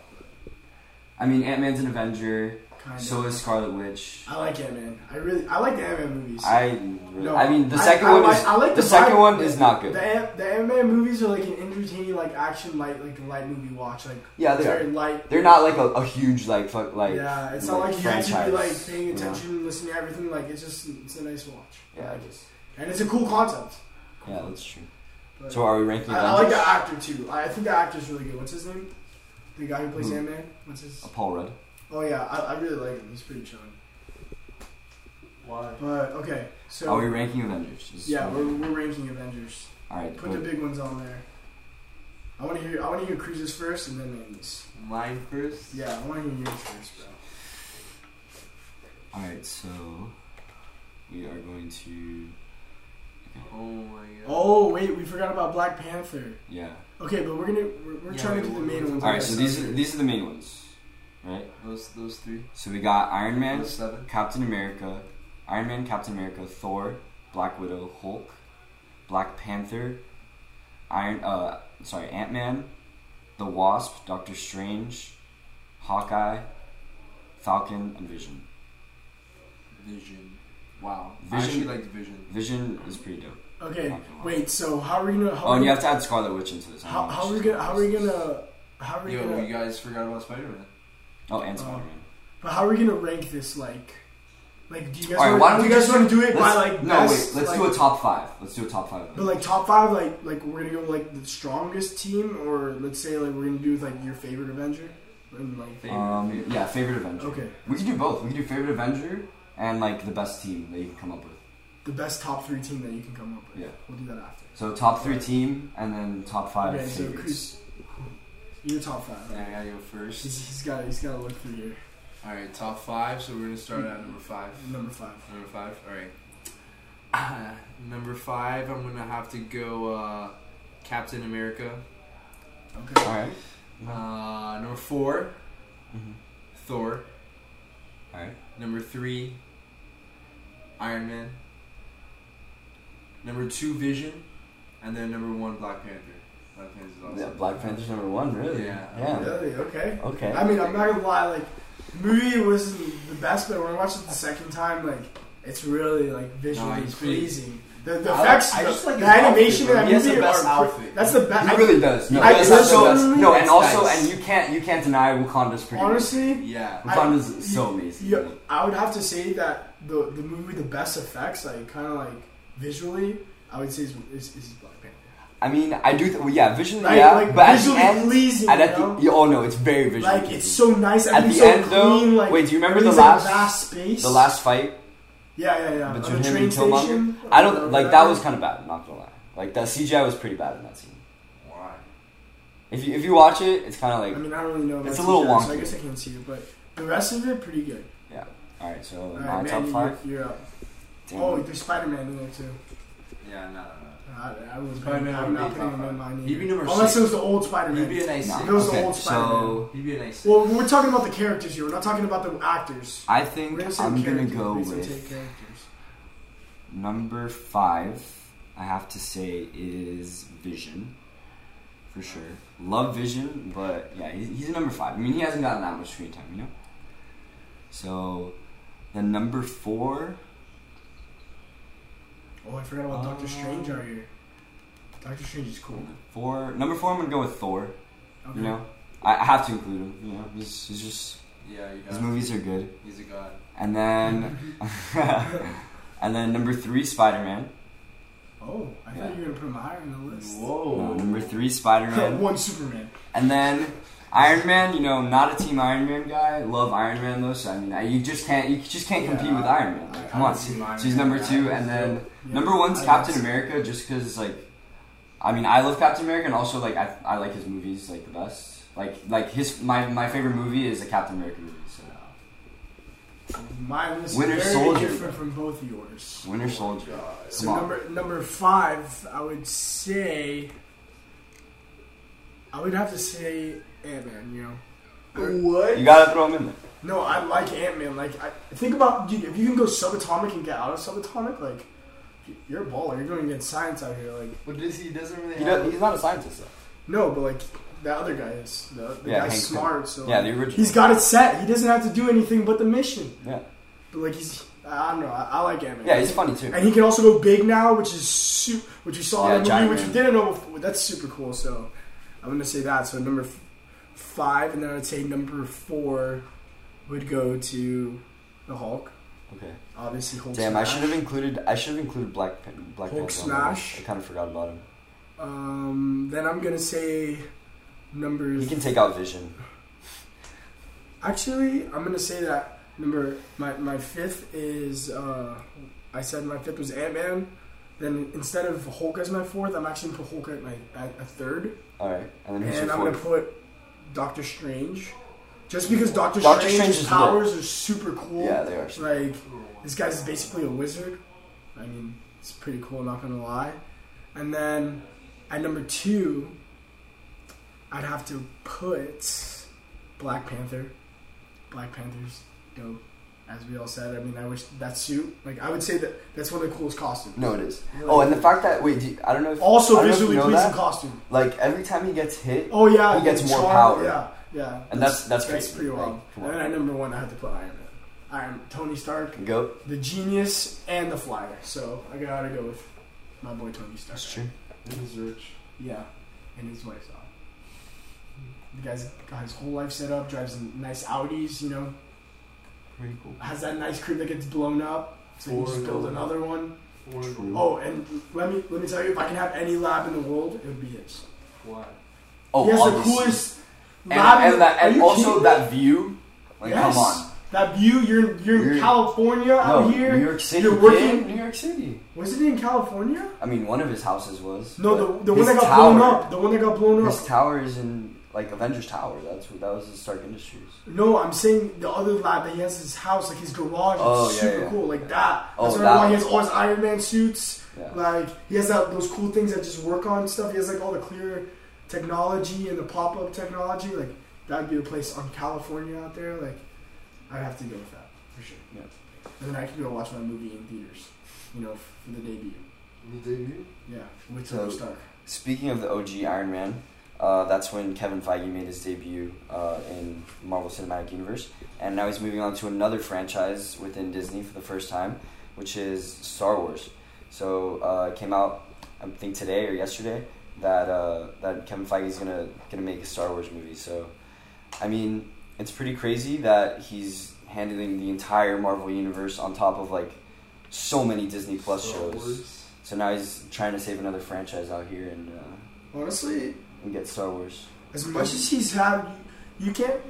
B: I mean, Ant Man's an Avenger.
A: Kind
B: So is Scarlet Witch.
A: I like Ant Man. I really I like the Ant Man movies.
B: I really,
A: No,
B: I mean the
A: I-
B: second
A: I
B: one
A: like-
B: is
A: I like
B: the
A: the
B: second
A: vibe.
B: one is not good.
A: The Ant the Ant Man movies are like an entertaining like action light like a light movie watch like
B: yeah, they
A: very
B: are.
A: light.
B: They're not like a, a huge like fuck like
A: yeah, it's not
B: like
A: like you have to be
B: franchise,
A: like paying
B: you know?
A: attention, and listening to everything. Like it's just it's a nice watch,
B: yeah. I guess.
A: and it's a cool concept.
B: Yeah, that's true.
A: But
B: So are we ranking
A: I, I like
B: Avengers?
A: the actor too. I, I think the actor's really good. What's his name? The guy who plays
B: Who?
A: Ant Man. What's his?
B: Uh, Paul Rudd.
A: Oh yeah, I, I really like him. He's pretty chilling.
C: Why?
A: But okay, so
B: Are we ranking Avengers? Is-
A: yeah, we're, we're ranking Avengers.
B: All right.
A: Put
B: go-
A: the big ones on there. I want to hear I want to hear Cruises first and then Mandy's.
C: Mine first.
A: Yeah, I want to hear yours first, bro.
B: All right. So we are going to
C: Oh my god.
A: Oh wait, we forgot about Black Panther.
B: yeah.
A: Okay, but we're gonna we're, we're
C: Yeah,
A: trying to
C: we-
A: do the
C: we-
A: main ones.
B: All right.
A: first.
B: So these are, these are the main ones, right?
C: Those those three.
B: So we got Iron Man,
C: Those seven.
B: Captain America, Iron Man, Captain America, Thor, Black Widow, Hulk, Black Panther, Iron uh sorry, Ant Man, the Wasp, Doctor Strange, Hawkeye, Falcon, and Vision.
C: Vision. Wow. I
B: Vision-
C: actually liked Vision.
B: Vision is pretty dope.
A: Okay,
B: Not gonna lie.
A: wait. So how are we gonna? How
B: Oh,
A: are
B: and
A: we,
B: you have to add Scarlet Witch into this. I
A: how,
B: don't know
A: how are
B: if
A: we
B: she's-
A: gonna? How are we gonna? How are we
C: Yo,
A: gonna?
C: you guys forgot about Spider Man.
B: Oh, and Spider
A: uh,
B: Man.
A: But how are we gonna rank this? Like, like do you guys?
B: All right,
A: wanna,
B: why don't
A: do
B: we
A: you guys
B: just-
A: want to do it by like?
B: no,
A: best,
B: wait. Let's
A: like-
B: do a top five. Let's do a top five.
A: But like top five, like like we're gonna go like the strongest team, or let's say like we're gonna do with like your favorite Avenger, and like
C: Favorite,
B: um,
C: favorite.
B: yeah, favorite Avenger.
A: okay,
B: We could do both. We could do favorite Avenger and like the best team that you can come up with.
A: the best top three team that you can come up with.
B: Yeah.
A: we'll do that after.
B: So top three team and then top five
A: Okay, so
B: favorites.
A: Your top five.
C: Yeah,
A: Right?
C: I gotta go first.
A: He's,
C: [LAUGHS]
A: he's got he's got to look through here.
C: Alright, top five, so we're gonna start at number five.
A: Number five.
C: Number five? Alright. [CLEARS THROAT] number five, I'm gonna have to go uh, Captain America.
A: Okay.
B: All right.
C: Uh, number four, Mm-hmm.
B: Mhm.
C: Thor.
B: All right.
C: Number three, Iron Man. Number two, Vision. And then number one, Black Panther. Black Panther's awesome.
B: Yeah, Black Panther's number one, really.
C: Yeah.
B: Yeah.
A: Really? Okay.
B: Okay.
A: I mean, I'm not gonna lie. Like, the movie wasn't the best, but when I watched it the second time, like, it's really like visually
C: he's pretty-
A: pleasing. The, the
C: I
A: effects,
C: like- I
A: the,
C: just like
A: the
C: his
A: animation
C: outfit, bro.
A: in that
C: He has the
A: movie
C: best
A: are pre-
C: outfit.
A: That's the best.
B: he really does. No,
A: I-
B: that's
A: that's
B: so,
A: the best.
B: no, and
C: That's
B: also,
C: nice.
B: and you can't, you can't deny Wakanda's pretty.
A: honestly,
C: Yeah.
A: I-
B: Wakanda's so
A: you-
B: amazing.
A: yeah, I would have to say that the the movie with the best effects, like, kind of like visually, I would say is is, is Black Panther.
B: I mean, I do. Th- well, yeah, visually,
A: Like,
B: yeah,
A: like
B: but at the
A: visually
B: end,
A: pleasing,
B: and at
A: you know?
B: the, oh no, it's very visually.
A: Like,
B: pleasing.
A: it's so nice.
B: At the
A: everything's so
B: end, though-
A: clean, like,
B: wait, do you remember the
A: everything's in a
B: last-
A: vast space?
B: the last fight
A: Yeah, yeah, yeah. On
B: between
A: the
B: him
A: train
B: and Killmonger.
A: station,
B: I
A: or
B: don't like that
A: whatever.
B: was kind of bad. I'm not gonna lie. Like that CGI was pretty bad in that scene.
C: Why?
B: If you if you watch it, it's kind of
A: I
B: like
A: mean, I don't really know.
B: It's
A: about
B: a little
A: TGI, So I
B: wonky.
A: guess I can't see it, but the rest of it pretty good.
B: yeah. All right, so
A: All
B: my
A: right,
B: top
A: man,
B: five.
A: you, you're up.
B: Damn.
A: Oh, there's Spider-Man in there too.
C: Yeah, no, no,
A: I, I was
C: Spider-Man
A: I'm not
C: would be
A: putting him
C: top
A: in
C: five.
A: my
C: He'd be
A: name.
C: number
A: Unless
C: six.
A: it was the old
C: no. He'd be
A: Spider-Man.
C: a nice
B: Nah.
A: It was
C: six.
A: the
B: Okay,
A: old Spider-Man.
B: so
C: He'd be a nice six.
A: Well, we're talking about the characters here. We're not talking about the actors.
B: I
A: We're
B: think
A: gonna say
B: I'm gonna
A: characters,
B: go
A: we're gonna say
B: with
A: characters.
B: number five. I have to say is Vision, for sure. Love Vision, but yeah, he's, he's a number five. I mean, he hasn't gotten that much screen time, you know. So, then number four.
A: Oh, I forgot about Doctor
B: Um,
A: Strange out here. Doctor Strange is cool.
B: Four number four, I'm gonna go with Thor.
A: Okay.
B: You know, I, I have to include him. You know, he's, he's just
C: Yeah, you got
B: his
C: it.
B: movies are good.
C: He's a god.
B: And then, [LAUGHS] and then number three, Spider Man.
A: Oh, I
B: Yeah.
A: thought you were gonna put him higher on the list. [LAUGHS]
C: Whoa.
B: Uh, number three, Spider Man.
A: One Superman.
B: And then Iron Man, you know, not a Team Iron Man guy. Love Iron Man though, so I mean, I- you just can't, you just can't
A: Yeah,
B: compete with
A: I-
B: Iron Man.
A: I-
B: Like, come
A: I
B: on.
A: would
B: So
A: see Iron
B: he's
A: Man
B: number
A: guy.
B: two, and then
A: Yeah.
B: number one's
A: I
B: Captain
A: guess.
B: America, just because like, I mean, I love Captain America, and also like, I, I like his movies like the best. Like, like his my my favorite movie is a Captain America movie. So
A: Mine was
B: Winter
A: very
B: Soldier.
A: different from both yours.
B: Winter Soldier.
A: So
B: Come on.
A: number number five, I would say, I would have to say Ant Man. You know,
C: What?
B: You gotta throw him in there.
A: No, I like Ant Man. Like, I think about dude, if you can go subatomic and get out of subatomic, like, y- you're a baller. You're going against science out here. Like,
C: But does he he doesn't really
B: He
C: have.
B: does, he's not a scientist though.
A: no, but like the other guy is. The, the
B: Yeah,
A: guy's
B: Hank Pym.
A: smart. So
B: Yeah, the original.
A: he's got it set. He doesn't have to do anything but the mission.
B: yeah,
A: But like, he's I don't know. I, I like Ant Man.
B: yeah, he's funny too.
A: and he can also go big now, which is super, which we saw
B: Yeah,
A: in the movie,
B: giant
A: which we
B: man.
A: didn't know before. That's super cool. So I'm gonna say that. So number f- five, and then I'd say number four would go to the Hulk.
B: Okay.
A: Obviously, Hulk.
B: Damn, I
A: smash.
B: should have included. I should have included Black Pan- Black
A: Hulk
B: Panther. on that one.
A: smash.
B: I kind of forgot about him.
A: Um, then I'm gonna say number.
B: You can take out Vision.
A: Actually, I'm gonna say that number my my fifth is uh, I said my fifth was Ant Man. Then instead of Hulk as my fourth, I'm actually gonna put Hulk at my at a third,
B: All right, and then who's
A: and
B: your
A: I'm
B: fourth?
A: gonna put Doctor Strange, just because Doctor,
B: Doctor Strange
A: Strange's
B: is lit.
A: powers are super cool.
B: yeah, they are.
A: Like this guy's basically a wizard. I mean, it's pretty cool. Not gonna lie. And then at number two, I'd have to put Black Panther. Black Panther's dope, as we all said. I mean, I wish that suit. Like, I would say that that's one of the coolest costumes.
B: No, it is. Oh, and the fact that wait, do you- I don't know if
A: also
B: I don't know if you
A: visually
B: know
A: pleasing
B: that.
A: costume.
B: Like every time he gets hit,
A: Oh yeah,
B: He gets
A: the
B: more
A: charm,
B: power.
A: Yeah, yeah.
B: And that's- that's crazy.
A: pretty wild.
B: Like, come
A: and then
B: on.
A: at number one, I have to put Iron Man. Iron Tony Stark.
B: go.
A: the genius and the flyer. So I gotta go with my boy Tony Stark.
B: That's true.
C: He's rich.
A: Yeah, and his wife's out. The guy's got his whole life set up, drives nice Audis, you know,
B: Pretty cool.
A: has that nice crib that gets blown up. So you
C: Four
A: just
C: and
A: build
C: all.
A: another one.
B: True.
A: Oh, and let me let me tell you, if I can have any lab in the world, it would be his.
C: Why?
B: Oh,
A: he has
B: obviously.
A: the coolest
B: And,
A: lab. in
B: and,
A: the-
B: that,
A: Are
B: and
A: you
B: also
A: kidding me?
B: that view. Like,
A: Yes.
B: come on.
A: That view, you're in, you're in
B: You're-
A: California out
B: no,
A: here.
B: New York City.
A: You're
B: kid.
A: working-
B: New York City.
A: Was it in California?
B: I mean, one of his houses was.
A: No,
B: but
A: the, the one
B: his
A: that got
B: tower,
A: blown up. The one that got blown up.
B: His tower is in like Avengers Tower. That's what that was in Stark Industries.
A: No, I'm saying the other lab that he has in his house, like his garage, is
B: Oh, yeah,
A: super
B: yeah.
A: cool. Like that.
B: Oh,
A: That's
B: that
A: why he
B: one.
A: has all his Iron Man suits.
B: Yeah.
A: Like he has that, those cool things that just work on stuff. He has like all the clear technology and the pop up technology. Like that'd be a place on California out there. Like I'd have to go with that for sure.
B: Yeah.
A: And then I could go watch my movie in theaters. You know, for the debut.
C: The debut?
A: Yeah, with
B: So-
A: Tony Stark.
B: Speaking of the OG Iron Man, uh, that's when Kevin Feige made his debut uh, in Marvel Cinematic Universe, and now he's moving on to another franchise within Disney for the first time, which is Star Wars. So uh, it came out, I think today or yesterday, that uh, that Kevin Feige is gonna gonna make a Star Wars movie. So, I mean, it's pretty crazy that he's handling the entire Marvel universe on top of like so many Disney Plus
C: Star
B: shows.
C: Wars.
B: So now he's trying to save another franchise out here and uh,
A: Honestly,
B: and get Star Wars.
A: as much as he's had, you, you can't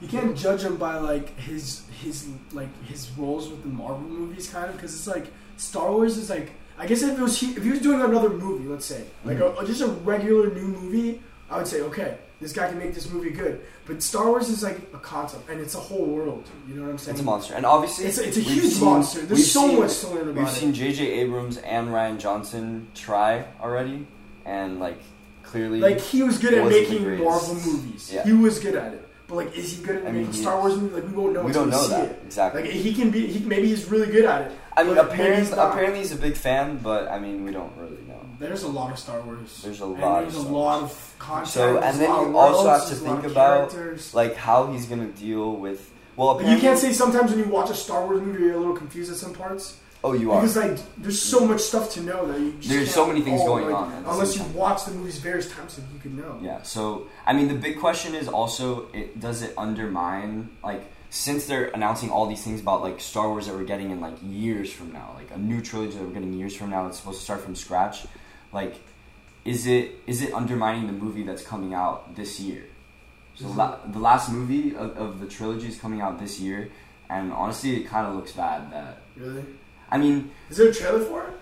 A: you can't judge him by like his his like his roles with the Marvel movies, kind of, because it's like Star Wars is like I guess if it was he, if he was doing another movie, let's say like a, just a regular new movie, I would say okay, this guy can make this movie good. But Star Wars is like a concept, and it's a whole world. You know what I'm saying?
B: It's a monster, and obviously
A: It's a, it's a
B: we've
A: huge
B: seen-
A: monster.
B: we've
A: There's so
B: seen-
A: much to learn
B: We've
A: about it.
B: seen J.J. Abrams and Ryan Johnson try already, and like clearly,
A: Like he was good at
B: wasn't the
A: making
B: greatest.
A: Marvel movies.
B: Yeah.
A: He was good at it. But like, is he good at
B: I mean,
A: making
B: he
A: Star
B: is.
A: Wars movies? Like we won't know
B: we
A: until
B: don't
A: we
B: know
A: see
B: that
A: it.
B: exactly.
A: Like he can be, he, maybe he's really good at it.
B: I mean,
A: but maybe
B: apparently,
A: he's not.
B: apparently he's a big fan, but I mean, we don't really know.
A: There's a lot of Star Wars.
B: There's a
A: And
B: lot
A: There's
B: of
A: a
B: Star
A: lot
B: Wars.
A: of content.
B: So, and
A: there's a
B: then
A: lot
B: you
A: of
B: also
A: worlds,
B: have to
A: there's a lot
B: think
A: of
B: about,
A: characters.
B: Like how he's gonna deal with. Well,
A: Like, you
B: apparently,
A: can't say sometimes when you watch a Star Wars movie you're a little confused at some parts
B: Oh, you are.
A: because like there's so much stuff to know that you just
B: There's
A: can't
B: so many things
A: all,
B: going
A: like,
B: on at the
A: unless
B: same
A: you watch the movies various times so you can know.
B: Yeah. So I mean, the big question is also, it does it undermine like since they're announcing all these things about like Star Wars that we're getting in like years from now, like a new trilogy that we're getting years from now that's supposed to start from scratch, like is it is it undermining the movie that's coming out this year? So
C: Is
B: la- the last movie of, of the trilogy is coming out this year, and honestly, it kind of looks bad. That
A: Really?
B: I mean,
A: Is there a trailer for it?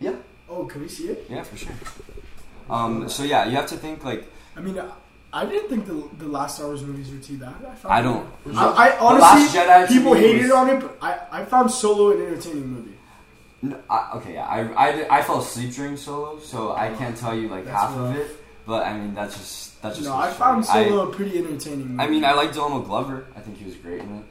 B: Yeah.
A: Oh, can we see it?
B: yeah, for sure. Um, so yeah, you have to think like
A: I mean, I, I didn't think the, the last Star Wars movies were too bad. I, found
B: I don't.
A: I, I
B: Last
A: honestly,
B: Jedi to
A: people
B: me
A: hated
B: was-
A: on it, but I, I found Solo an entertaining movie.
B: No, I, okay, yeah, I, I, did- I fell asleep during Solo, so I can't tell you like
A: Oh, That's
B: half of
A: rough.
B: it. But I mean, that's just that's just.
A: no,
B: the
A: I
B: story.
A: found Solo a pretty entertaining. Movie.
B: I mean, I like Donald Glover. I think he was great in it.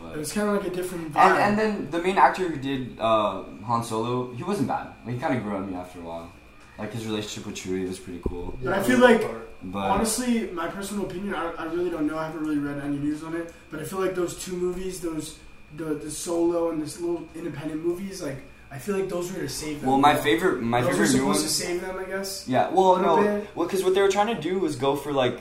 B: But
A: it was kind of like a different vibe.
B: and, and then the main actor who did uh, Han Solo, he wasn't bad. Like, he kind of grew on me after a while. Like his relationship with Chewie was pretty cool.
A: I feel like-
B: But
A: Honestly, my personal opinion, I, I really don't know. I haven't really read any news on it, but I feel like those two movies, those the the solo and this little independent movies, like I feel like those were to save them.
B: well, my favorite my
A: those
B: favorite
A: were
B: new
A: supposed to save
B: ones.
A: them, I guess.
B: Yeah. Well,
A: little
B: no.
A: bit.
B: Well, because what they were trying to do was go for like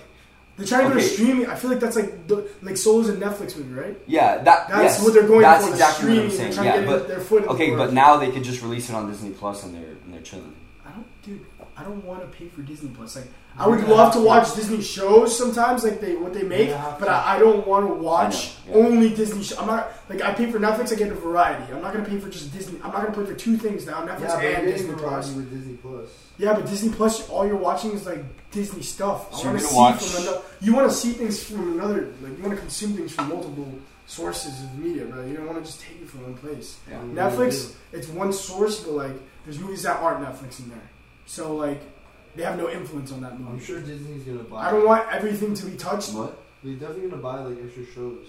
A: They're trying to go to
B: Okay.
A: streaming. I feel like that's like the, like Solo's a Netflix movie, right?
B: yeah
A: That's
B: that yes,
A: what they're going
B: that's
A: for.
B: exactly what
A: streaming.
B: I'm
A: They're
B: saying.
A: trying to
B: Yeah,
A: get
B: but
A: their foot in
B: okay,
A: the door.
B: but now they could just release it on Disney Plus and they're and they're chilling.
A: I don't, dude. I don't want to pay for Disney Plus. Like, I
C: We're
A: would
C: gonna
A: love
C: have
A: to
C: to.
A: watch Disney shows sometimes, like they what they make,
C: gonna have
A: but
C: to.
A: I, I don't want to watch
B: I know, yeah.
A: only Disney. Sh- I'm not like I pay for Netflix. I get a variety. I'm not gonna pay for just Disney. I'm not gonna pay for two things now: Netflix
C: yeah, but you're
A: and
C: getting
A: Disney
C: variety
A: Plus.
C: with Disney Plus.
A: Yeah, but Disney Plus, all you're watching is like Disney stuff.
B: So
A: I
B: you're
A: want to
B: gonna
A: see
B: watch-
A: from another. You want to see things from another. Like you want to consume things from multiple sources of media, bro. You don't want to just take it from one place.
B: Yeah.
C: You really
A: Netflix, it's one source, but like there's movies that aren't Netflix in there, so like they have no influence on that
C: do. I'm
A: movie.
C: sure Disney's gonna buy.
A: I don't want everything to be touched.
B: What?
C: They're definitely gonna buy like extra shows.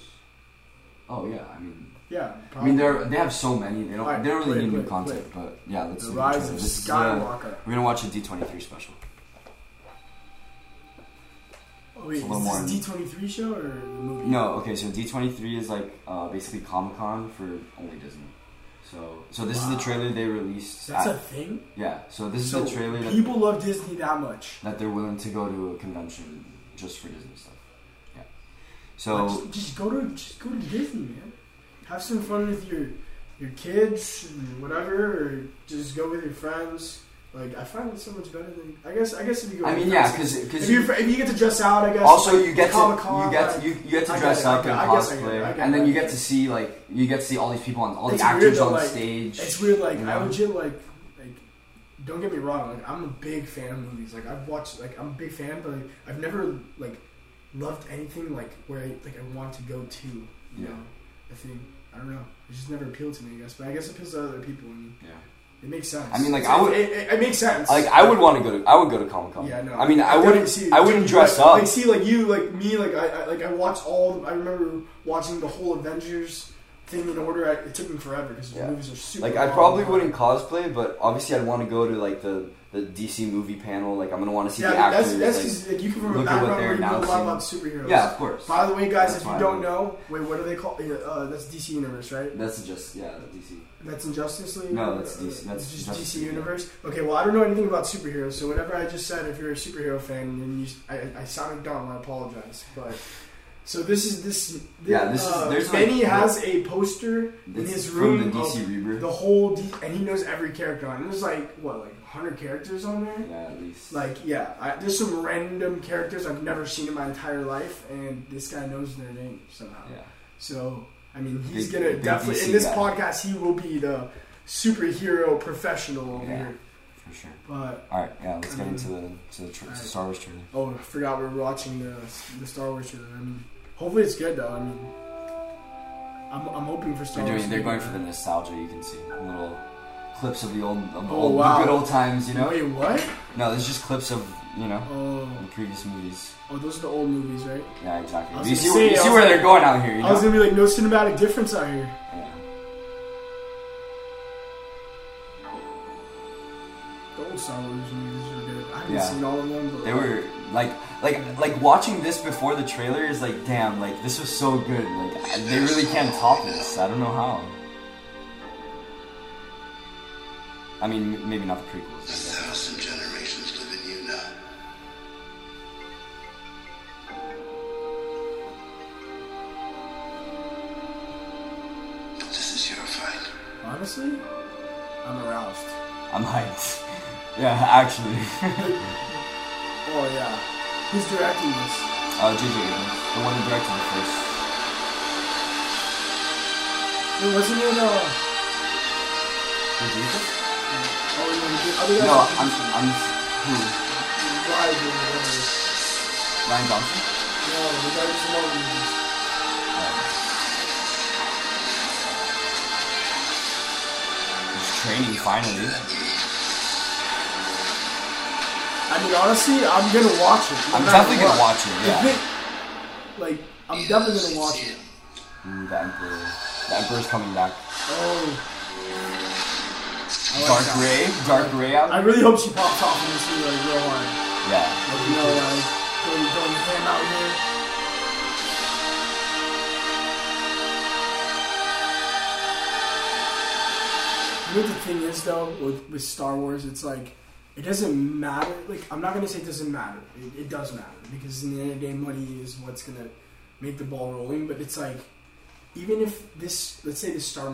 B: Oh yeah, I mean,
A: Yeah,
B: I mean they're they have so many. They
A: Alright,
B: don't they don't
A: play it,
B: really need
A: play
B: new
A: it,
B: content. But yeah, let's
A: the
B: do
A: rise of
B: this. Is, uh,
A: Skywalker.
B: we're gonna watch a D23 special.
A: oh wait,
B: it's a little more-
A: is this D twenty three show or the movie?
B: No, okay, so D23 is like uh, basically Comic Con for only Disney. So, so this is
A: Wow.
B: the trailer they released.
A: that's
B: at-
A: a thing.
B: yeah, so this
A: So
B: is the trailer that,
A: people love Disney that much.
B: that they're willing to go to a convention just for Disney stuff. Yeah.
A: Like,
B: So,
A: just, just go to just go to Disney, man. Have some fun with your your kids and whatever, or just go with your friends. Like I find it so much better than I guess. I guess if you go,
B: I
A: with
B: mean,
A: your
B: yeah,
A: friends,
B: because
A: If you, if you get to dress out, I guess.
B: also you get to
A: Comic-Con,
B: you get
A: like,
B: to, you, you get
A: I
B: to
A: get
B: dress
A: it,
B: up
A: I
B: and
A: get- I guess I get it, I
B: cosplay,
A: get
B: and
A: it.
B: then you get to see like you get to see all these people on all
A: It's
B: the
A: weird
B: actors
A: though,
B: on
A: like,
B: stage.
A: It's weird. Like
B: you
A: I
B: know?
A: legit like like. Don't get me wrong. Like I'm a big fan of movies. Like I've watched. Like I'm a big fan, but like, I've never like loved anything like where I like I want to go to. You
B: Yeah.
A: know, I think I don't know. It just never appealed to me. I guess, but I guess it appeals to other people. and
B: Yeah.
A: it makes sense.
B: I mean, like,
A: It's-
B: I would-
A: It, it, it makes sense.
B: Like I would want to go to I would go to Comic Con.
A: Yeah, no.
B: I mean, I
A: definitely
B: wouldn't
A: see-
B: I wouldn't dress
A: like,
B: up.
A: Like, see, like you, like me, like I, I like I watched all. I remember watching the whole Avengers thing in order. I, it took me forever because the
B: Yeah.
A: movies are super.
B: Like I
A: long.
B: probably wouldn't cosplay, but obviously I'd want to go to like the, the DC movie panel. Like I'm gonna want to see
A: Yeah,
B: the
A: that's
B: actors.
A: that's
B: like-
A: 'cause, like, you come from a
B: look at what
A: background where
B: they're
A: you know a lot
B: announcing.
A: about superheroes.
B: yeah, of course.
A: By the way, guys,
B: That's
A: if you
B: fine.
A: don't know, wait, what do they call? yeah, Uh, that's DC Universe, right?
B: That's just yeah, DC.
A: That's Injustice League.
B: No, that's
A: Or-
B: DC that's
A: just
B: Justice
A: DC
B: League.
A: Universe. Okay, well, I don't know anything about superheroes, so whatever I just said, if you're a superhero fan, then you, I, I sounded dumb. I apologize, but so this is this.
B: Yeah, this is-
A: uh,
B: there's, like,
A: Benny has a poster in
B: This
A: his
B: is
A: room
B: from the DC Rebirth.
A: the whole, D- and he knows every character on. it. There's like what, like hundred characters on there.
B: yeah, at least.
A: Like yeah, I, there's some random characters I've never seen in my entire life, and this guy knows their name somehow.
B: yeah.
A: So I mean, he's
B: Big-
A: gonna
B: big
A: definitely
B: DC
A: in this
B: guy.
A: podcast he will be the superhero professional over
B: Yeah.
A: here.
B: For sure.
A: But
B: All right, yeah. Let's
A: I
B: get
A: mean-
B: into the to the, tr-
A: Um, All right.
B: to Star Wars trailer.
A: oh, I forgot we were watching the the Star Wars trailer. I mean, hopefully it's good though. I mean, I'm I'm hoping for Star
B: They're
A: Wars.
B: doing.
A: to
B: They're
A: be
B: going
A: good.
B: for the nostalgia. You can see little clips of the old, of the,
A: Oh,
B: old
A: wow.
B: the good old times. You know.
A: Oh, Wait, what?
B: No, there's just clips of you know the
A: Oh,
B: previous movies.
A: oh, those are the old movies, right?
B: Yeah, exactly.
A: I was
B: You
A: gonna
B: see, where-
A: say,
B: you
A: I
B: see
A: was
B: where
A: like-
B: they're going out here. You know.
A: I was gonna be like, no cinematic difference out here.
B: yeah.
A: The old Star Wars movies were good. I haven't
B: Yeah.
A: seen all of them, but
B: They were like, like, like watching this before the trailer is like, damn, like this was so good. Like they really can't top this. I don't know how. I mean, m- maybe not the
D: A
B: prequels.
D: thousand generations live in you now. This is your fight.
A: honestly, I'm aroused.
B: I'm hyped. [LAUGHS] yeah, actually. [LAUGHS]
A: Oh yeah, who's directing this?
B: uh, JJ Abrams, the one who directed the first.
A: It wasn't it. Uh,
B: Who did it?
A: Oh,
B: No, I'm, I'm who? Ryan Johnson. He's training finally.
A: I I mean, honestly, I'm gonna watch it. no
B: I'm
A: matter
B: definitely gonna
A: what.
B: watch it.
A: If
B: Yeah.
A: it- like, I'm definitely gonna watch it.
B: Ooh, Hmm, the Emperor. The Emperor's coming back.
A: Oh. I like
B: Dark
A: that.
B: gray, dark gray out.
A: I really hope she pops off in this movie, like, real hard.
B: yeah.
A: Like, you know, like, going, going ham out here. You know what the thing is, though, with, with Star Wars, it's like, it doesn't matter. Like, I'm not gonna say it doesn't matter. It, it does matter. Because in the end of the day, money is what's gonna make the ball rolling. But it's like, even if this, let's say the Star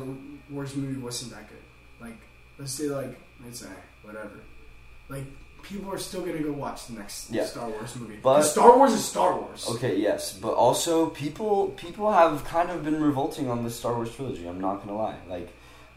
A: Wars movie wasn't that good. Like, let's say, like, let's say, whatever. Like, people are still gonna go watch the next
B: Yeah.
A: Star Wars movie.
B: But-
A: But Star Wars is Star Wars.
B: Okay, yes, but also people people have kind of been revolting on the Star Wars trilogy. I'm not gonna lie. Like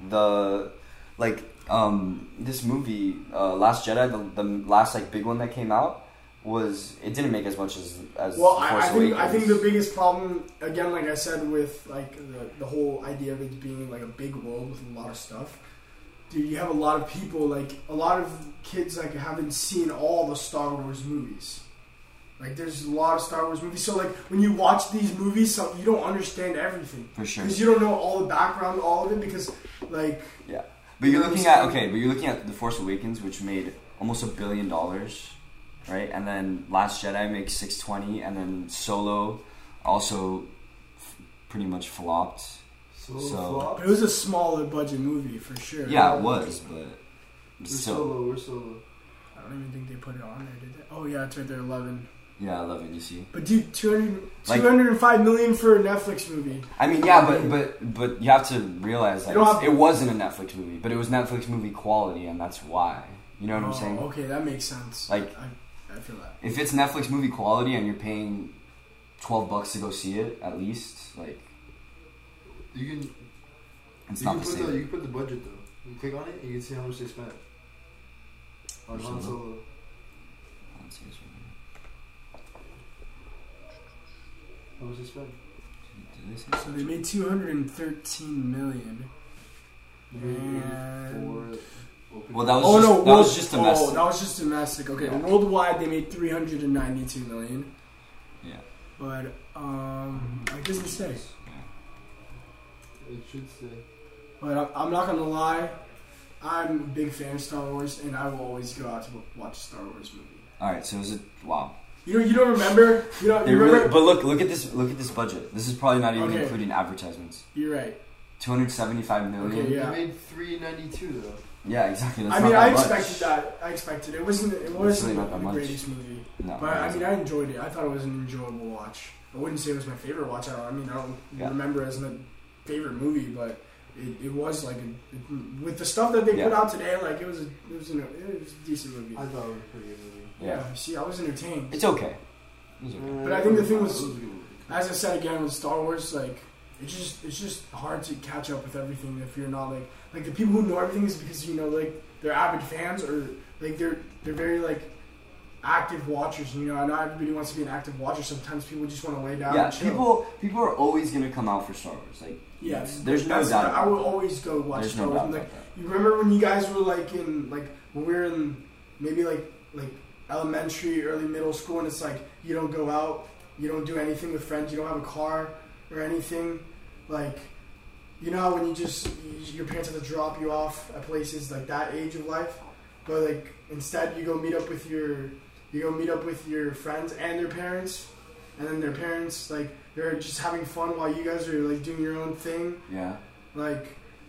B: the like um this movie uh, Last Jedi, the, the last like big one that came out was it didn't make as much as as
A: Well,
B: Force
A: I, I think I
B: Awakens.
A: think the biggest problem, again, like I said, with like the, the whole idea of it being like a big world with a lot of stuff. Dude, you have a lot of people, like a lot of kids, like haven't seen all the Star Wars movies. Like, there's a lot of Star Wars movies, so like when you watch these movies, so you don't understand everything
B: for sure.
A: because you don't know all the background, all of it, because like
B: Yeah, but you're
A: It was-
B: looking at okay, but you're looking at the Force Awakens, which made almost a billion dollars, right? And then Last Jedi makes six twenty, and then Solo also f- pretty much flopped.
C: Solo
B: So-
C: flop.
A: it was a smaller budget movie for sure.
B: Yeah, it was, but
C: We're
B: still,
C: solo. We're solo.
A: I don't even think they put it on there, did they? Oh yeah, it's right there, eleven.
B: yeah, I love it. You see,
A: But dude, 200,
B: Like-
A: 205 million for a Netflix movie.
B: I mean, yeah, but but but you have to realize that
A: You don't
B: it's-
A: have-
B: it wasn't a Netflix movie, but it was Netflix movie quality, and that's why. You know what I'm
A: Oh,
B: saying?
A: Okay, that makes sense.
B: Like-
A: I, I feel that.
B: If it's Netflix movie quality, and you're paying twelve bucks to go see it, at least like
C: You can.
B: it's
C: you
B: not
C: can
B: the
C: put
B: same.
C: the you can put the budget though. You click on it and you can see how much they spent on
B: Or
C: Han
B: Solo.
C: Solo.
B: Let's see this one.
C: How much they spent?
B: Did they say
A: So they made 213 million. And...
C: For open-
B: Well, that was
A: Oh
B: just,
A: no, world-
B: that was just domestic.
A: Oh, that was just domestic. Okay,
B: Yeah.
A: worldwide they made 392 million.
B: Yeah. Mm-hmm.
A: But um, I doesn't say.
C: It should say.
A: But I, I'm not gonna lie, I'm a big fan of Star Wars, and I will always go out to watch a Star Wars movie.
B: All right, so is it wow?
A: You don't, you don't remember? You don't
B: They
A: you remember?
B: really, but look, look at this, look at this budget. This is probably not even
A: Okay.
B: including advertisements.
A: You're right.
B: Two hundred seventy-five million.
A: Okay, yeah.
C: They made three ninety two though.
B: Yeah, exactly. That's
A: I
B: not
A: mean,
B: that
A: I
B: much.
A: expected that. I expected it. it wasn't It wasn't
B: not that
A: the
B: much.
A: greatest movie,
B: No,
A: but I mean, I enjoyed it. I thought it was an enjoyable watch. I wouldn't say it was my favorite watch. I, don't, I mean, I don't
B: Yeah.
A: remember as my favorite movie, but it, it was like a, with the stuff that they put
B: Yeah.
A: out today. Like it was, a, it was, an, it was a decent movie.
C: I thought it was a pretty good movie.
B: yeah.
A: yeah. See, I Mm, was entertained.
B: it's okay. It's okay.
A: But I think the thing was-
C: It a good movie.
A: As I said again with Star Wars, like it's just it's just hard to catch up with everything if you're not like like the people who know everything is because you know like they're avid fans or like they're they're very like active watchers. You know, I know everybody wants to be an active watcher. Sometimes people just want to lay down.
B: yeah,
A: and chill.
B: people people are always gonna come out for Star Wars. Like,
A: Yeah,
B: there's no
A: that's-
B: doubt.
A: I
B: about
A: will
B: that.
A: always go watch
B: There's
A: Star
B: no
A: Wars.
B: doubt.
A: And, like
B: about that.
A: you remember when you guys were like in like when we were in maybe like like elementary, early middle school, and it's like you don't go out, you don't do anything with friends, you don't have a car or anything. Like you know how when you just your parents have to drop you off at places like that age of life, but like instead you go meet up with your you go meet up with your friends and their parents, and then their parents like they're just having fun while you guys are like doing your own thing.
B: Yeah,
A: Like,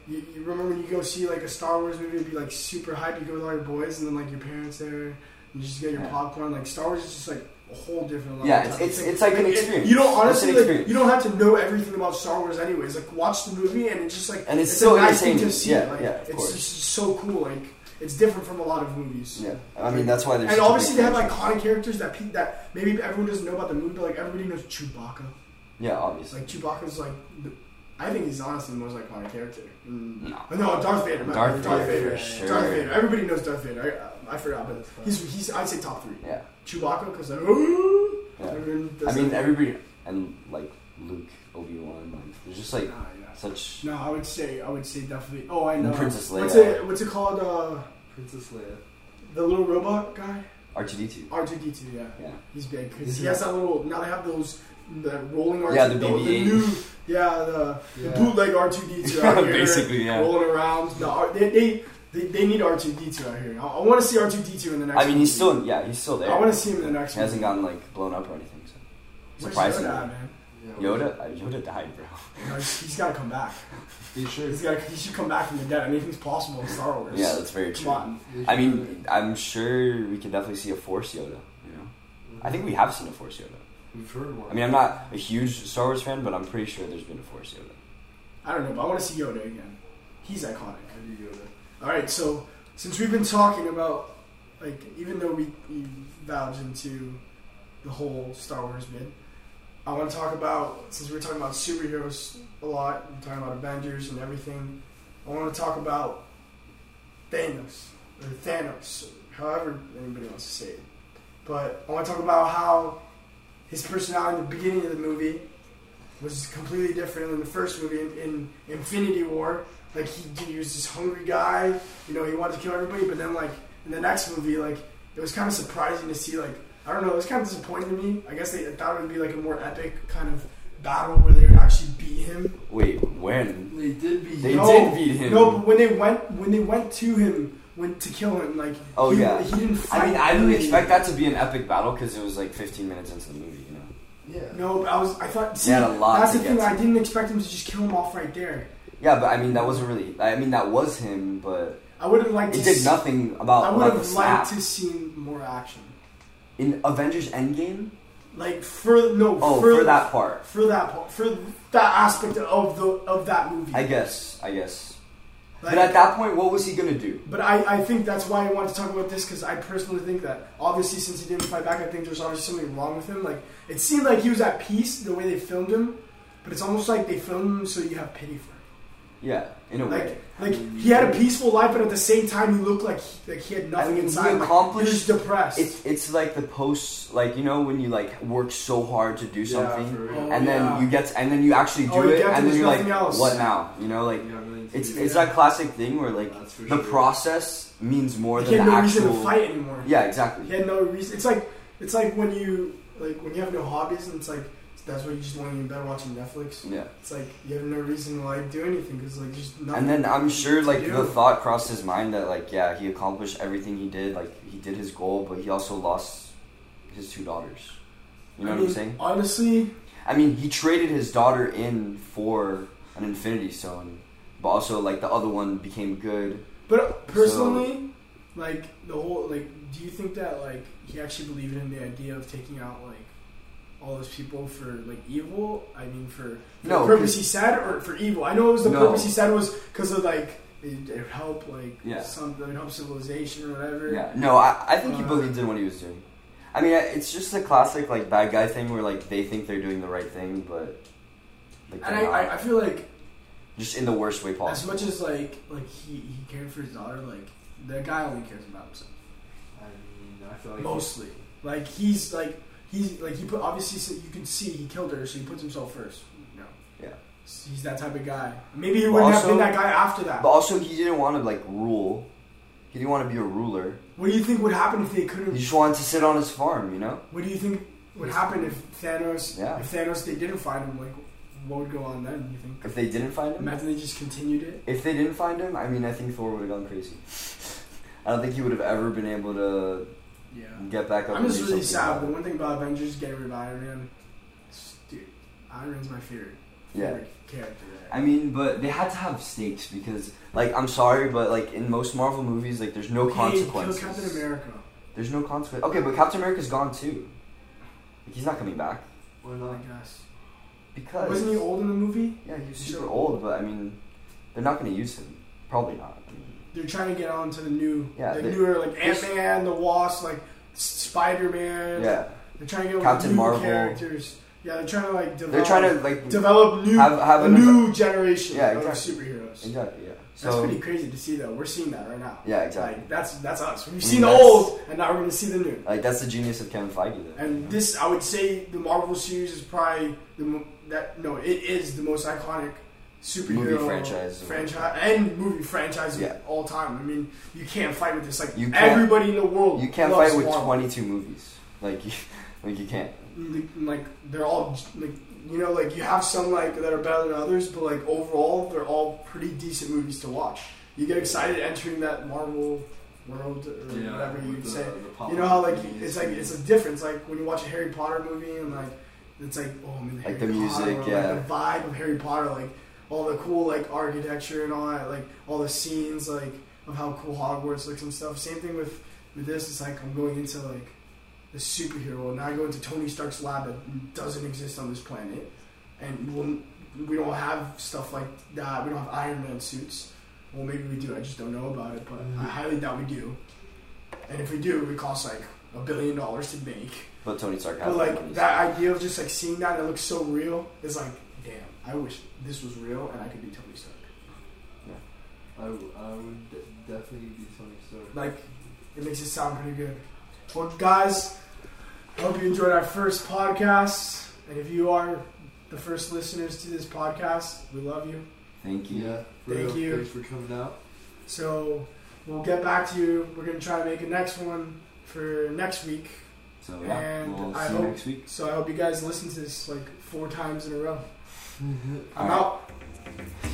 A: you, you remember when you go see like a Star Wars movie, it'd be like super hype. You go with all your boys, and then like your parents there, and you just get your
B: Yeah.
A: popcorn. Like Star Wars is just like a whole different level.
B: Yeah,
A: of type
B: it's-
A: of
B: it's-
A: thing.
B: it's like an
A: It- it-
B: experience.
A: You don't
B: It's an
A: honestly like
B: experience.
A: you don't have to know everything about Star Wars anyways. Like watch the movie, and it's just like
B: And it's
A: it's
B: so
A: a nice thing to
B: entertaining.
A: see.
B: Yeah,
A: like,
B: yeah, of
A: it's
B: course.
A: just so cool. Like it's different from a lot of movies.
B: yeah. I mean, that's why there's.
A: And
B: such a big
A: obviously they have
B: franchise.
A: iconic characters that pe- that maybe everyone doesn't know about the movie, but like everybody knows Chewbacca.
B: Yeah, obviously.
A: Like Chewbacca's like, the, I think he's honestly the most iconic character. Mm.
B: No.
A: But no, Darth Vader. man.
B: Darth
A: Darth Vader.
B: Vader, for
A: Darth
B: sure.
A: Vader. Everybody knows Darth Vader. I, I forgot, but he's, he's I'd say top three.
B: Yeah.
A: Chewbacca, because [GASPS] like, "Ooh!"
B: Yeah.
A: Everyone
B: I
A: does
B: mean,
A: that.
B: everybody and like Luke, Obi Wan, like there's just like
A: Nah, yeah.
B: such.
A: No, I would say I would say definitely. Oh, I know.
B: Princess
A: What's
B: Leia.
A: it? What's it called? Uh,
C: Princess Leia.
A: the little robot guy.
B: R2D2.
A: R2D2, yeah. [LAUGHS]
B: Yeah.
A: He's big because
C: Is
A: he
C: he-
A: has that little. Now they have those the rolling R2.
B: Yeah, the
A: the
B: BB-8.
A: new, yeah, the, the
C: Yeah.
A: bootleg
B: [LAUGHS]
A: R2D2 out here.
B: Basically, yeah.
A: Rolling around. No, R- they, they, they, they need R2D2 out here. I, I want to see R2D2 in the next
B: I mean, he's
A: movie.
B: still yeah, he's still there.
A: I want to see him in the next
B: He hasn't
A: movie.
B: gotten like blown up or anything. So.
A: Where's
B: surprising.
A: Yoda at, man?
B: Yoda, uh, Yoda died, bro.
A: No, he's, he's got to come back.
C: He should.
A: He's got. He should come back from the dead. Anything's possible in Star Wars.
B: Yeah, that's very
A: Come
B: true.
A: on.
C: He
B: I
C: should.
B: mean, I'm sure we can definitely see a Force Yoda. You know, I think we have seen a Force Yoda.
C: We've heard one.
B: I mean, I'm not a huge Star Wars fan, but I'm pretty sure there's been a Force Yoda.
A: I don't know, but I want to see Yoda again. He's iconic.
C: Eddie Yoda.
A: All right, so since we've been talking about, like, even though we, we valved into the whole Star Wars bit, I want to talk about, since we're talking about superheroes a lot, we're talking about Avengers and everything, I want to talk about Thanos, or Thanos, however anybody wants to say it. But I want to talk about how his personality in the beginning of the movie was completely different than the first movie in, in Infinity War. Like he, he was this hungry guy, you know, he wanted to kill everybody. But then like in the next movie, like it was kind of surprising to see like I don't know, it was kind of disappointing to me. I guess they thought it would be like a more epic kind of battle where they would actually beat him.
B: Wait, when?
C: They did be.
B: They
A: No.
B: did beat him.
A: No, but when they went when they went to him when to kill him, like
B: Oh,
A: he,
B: yeah.
A: he didn't. Fight
B: I mean, I didn't
A: really.
B: expect that to be an epic battle because it was like 15 minutes into the movie. You know,
C: Yeah.
A: No, but I was I thought see,
B: They had a lot
A: that's
B: to
A: the
B: get
A: thing.
B: to.
A: I didn't expect him to just kill him off right there.
B: yeah, but I mean, that wasn't really. I mean, that was him, but
A: I would have liked
B: it
A: to
B: did
A: see-
B: nothing about.
A: I
B: like,
A: would
B: the
A: have
B: snap.
A: liked to see more action.
B: in Avengers Endgame.
A: Like for no
B: Oh,
A: for,
B: for that part,
A: for that part, for that aspect of the of that movie.
B: I guess. I guess.
A: Like,
B: but at that point, what was he gonna do?
A: but I, I think that's why I wanted to talk about this because I personally think that obviously since he didn't fight back, I think there's obviously something wrong with him. Like it seemed like he was at peace the way they filmed him, but it's almost like they filmed him so you have pity for him.
B: Yeah, in a way.
A: Like, like he had a peaceful life, but at the same time, he looked like he, like he had nothing
B: I mean,
A: inside.
B: he
A: like,
B: accomplished-
A: he was depressed.
B: It's it's like the post, like you know when you like work so hard to do something,
C: for
A: Oh,
B: and then
A: yeah.
B: you get and then you actually do
A: Oh, you
B: it,
A: get to
B: and then
A: there's
B: you're like,
A: nothing else.
B: what now? You know, like
C: Yeah, really
B: it's
C: too.
B: it's that classic thing where like
C: That's for
B: the
C: sure.
B: process means more
A: like, he
B: than
A: had
B: the
A: no
B: actual.
A: reason to fight anymore.
B: Yeah, exactly.
A: He had no reason. It's like it's like when you like when you have no hobbies, and it's like that's why you just want to be in bed watching Netflix.
B: Yeah.
A: It's like you have no reason to like do anything because like just nothing.
B: And then I'm sure
A: to
B: like
A: do.
B: the thought crossed his mind that like yeah, he accomplished everything he did, like he did his goal, but he also lost his two daughters. You know
A: I
B: what
A: mean,
B: I'm saying?
A: Honestly,
B: I mean, he traded his daughter in for an infinity stone, but also like the other one became good.
A: but personally, like the whole like, do you think that like he actually believed in the idea of taking out like all those people for like evil? I mean, for, for
B: No,
A: the purpose he said or for evil? I know it was the
B: No.
A: purpose he said was because of like it, it helped like
B: Yeah.
A: some it helped civilization or whatever.
B: Yeah. No, I, I think he
A: Uh,
B: believed in what he was doing. I mean, I- it's just the classic like bad guy thing where like they think they're doing the right thing, but like
A: And
B: they're
A: I,
B: not.
A: I, I feel like
B: just in the worst way
A: As
B: possible.
A: much as like like he, he cared for his daughter, like the guy only cares about himself
C: I mean, I
B: Oh,
C: feel like
A: mostly. Like he's like he's like he put obviously so you can see he killed her, so he puts himself first. You know.
B: Yeah.
A: So he's that type of guy. Maybe he
B: But
A: wouldn't have
B: also-
A: been that guy after that.
B: But also, he didn't want to like rule. He didn't want to be a ruler.
A: what do you think would happen if they
B: He
A: couldn't?
B: just wanted to sit on his farm, you know.
A: What do you think would happen if Thanos?
B: Yeah.
A: If Thanos they didn't find him, like what would go on then? You think?
B: If they didn't find him,
A: Imagine they just continued it.
B: if they didn't find him, I mean, I think Thor would have gone crazy. [LAUGHS] I don't think he would have ever been able to
A: Yeah.
B: get back up.
A: I'm
B: and
A: just
B: do
A: really
B: something
A: sad. The
B: about it.
A: one thing about Avengers getting rid of Iron Man, it's- dude, Iron Man's my favorite.
B: Yeah.
A: favorite character.
B: I mean, but they had to have stakes because, like, I'm sorry, but like in most Marvel movies, like, there's no
A: Hey,
B: consequences.
A: Kill Captain America.
B: There's no consequence. Okay, but Captain America's gone too. Like, he's not coming back
C: Why
A: I
C: not?
A: guess.
B: because
A: Oh Wasn't he old in the movie?
B: Yeah, he was
A: Sure.
B: super old, but I mean, they're not going to use him. Probably not. I mean,
A: They're trying to get on to the new,
B: Yeah,
A: the
B: they-
A: newer like Ant
B: there's-
A: Man, the Wasp, like Spider Man.
B: yeah,
A: They're trying to get on
B: Captain
A: new
B: Marvel.
A: characters. Yeah, they're trying to like develop.
B: they're trying to like
A: develop new
B: Have- have
A: a
B: an-
A: new generation
B: Yeah,
A: of
B: exactly.
A: superheroes.
B: exactly yeah.
A: That's
B: So
A: pretty crazy to see though. We're seeing that right now.
B: yeah, exactly.
A: Like that's that's us. We've
B: mean,
A: seen the
B: that's-
A: old, and now we're gonna see the new.
B: Like that's the genius of Kevin Feige. Though.
A: And this, I would say, the Marvel series is probably the mo- that no, it is the most iconic superhero
B: Movie franchise.
A: franchise and movie franchise of
B: Yeah.
A: all time. I mean, you can't fight with this. Like
B: You can't-
A: everybody in the world,
B: You can't
A: loves
B: fight with
A: Marvel.
B: 22 movies. Like, [LAUGHS] you, like you can't.
A: Like they're all like you know like you have some like that are better than others, but like overall they're all pretty decent movies to watch. You get excited entering that Marvel world or whatever you say. You know how like it's like it's a difference. Like when you watch a Harry Potter movie and like it's like oh I'm in Harry
B: the music,
A: Potter, or,
B: yeah.
A: like, the vibe of Harry Potter, like all the cool like architecture and all that, like all the scenes like of how cool Hogwarts looks and stuff. Same thing with with this. It's like I'm going into like the superhero and I go into Tony Stark's lab that doesn't exist on this planet, and we'll, we don't have stuff like that. We don't have Iron Man suits. Well, maybe we do. I just don't know about it, but I highly doubt we do. And if we do, it costs like a billion dollars to make.
B: But Tony Stark has
A: But
B: the
A: like
B: movies.
A: that idea of just like seeing that, it looks so real. It's like, damn, I wish this was real and I could be Tony Stark.
C: I, w- I would de- definitely be Tony Stark.
A: Like, it makes it sound pretty good. Well, guys, I hope you enjoyed our first podcast. And if you are the first listeners to this podcast, we love you.
B: Thank you.
C: yeah, for
A: Thank
C: real.
A: you.
C: Thanks for coming out.
A: So we'll get back to you. We're gonna try to make a next one for next week.
B: So yeah,
A: And
B: we'll
A: I
B: see you
A: hope-
B: next week.
A: So I hope you guys listen to this like four times in a row. I'm
B: All right.
A: out.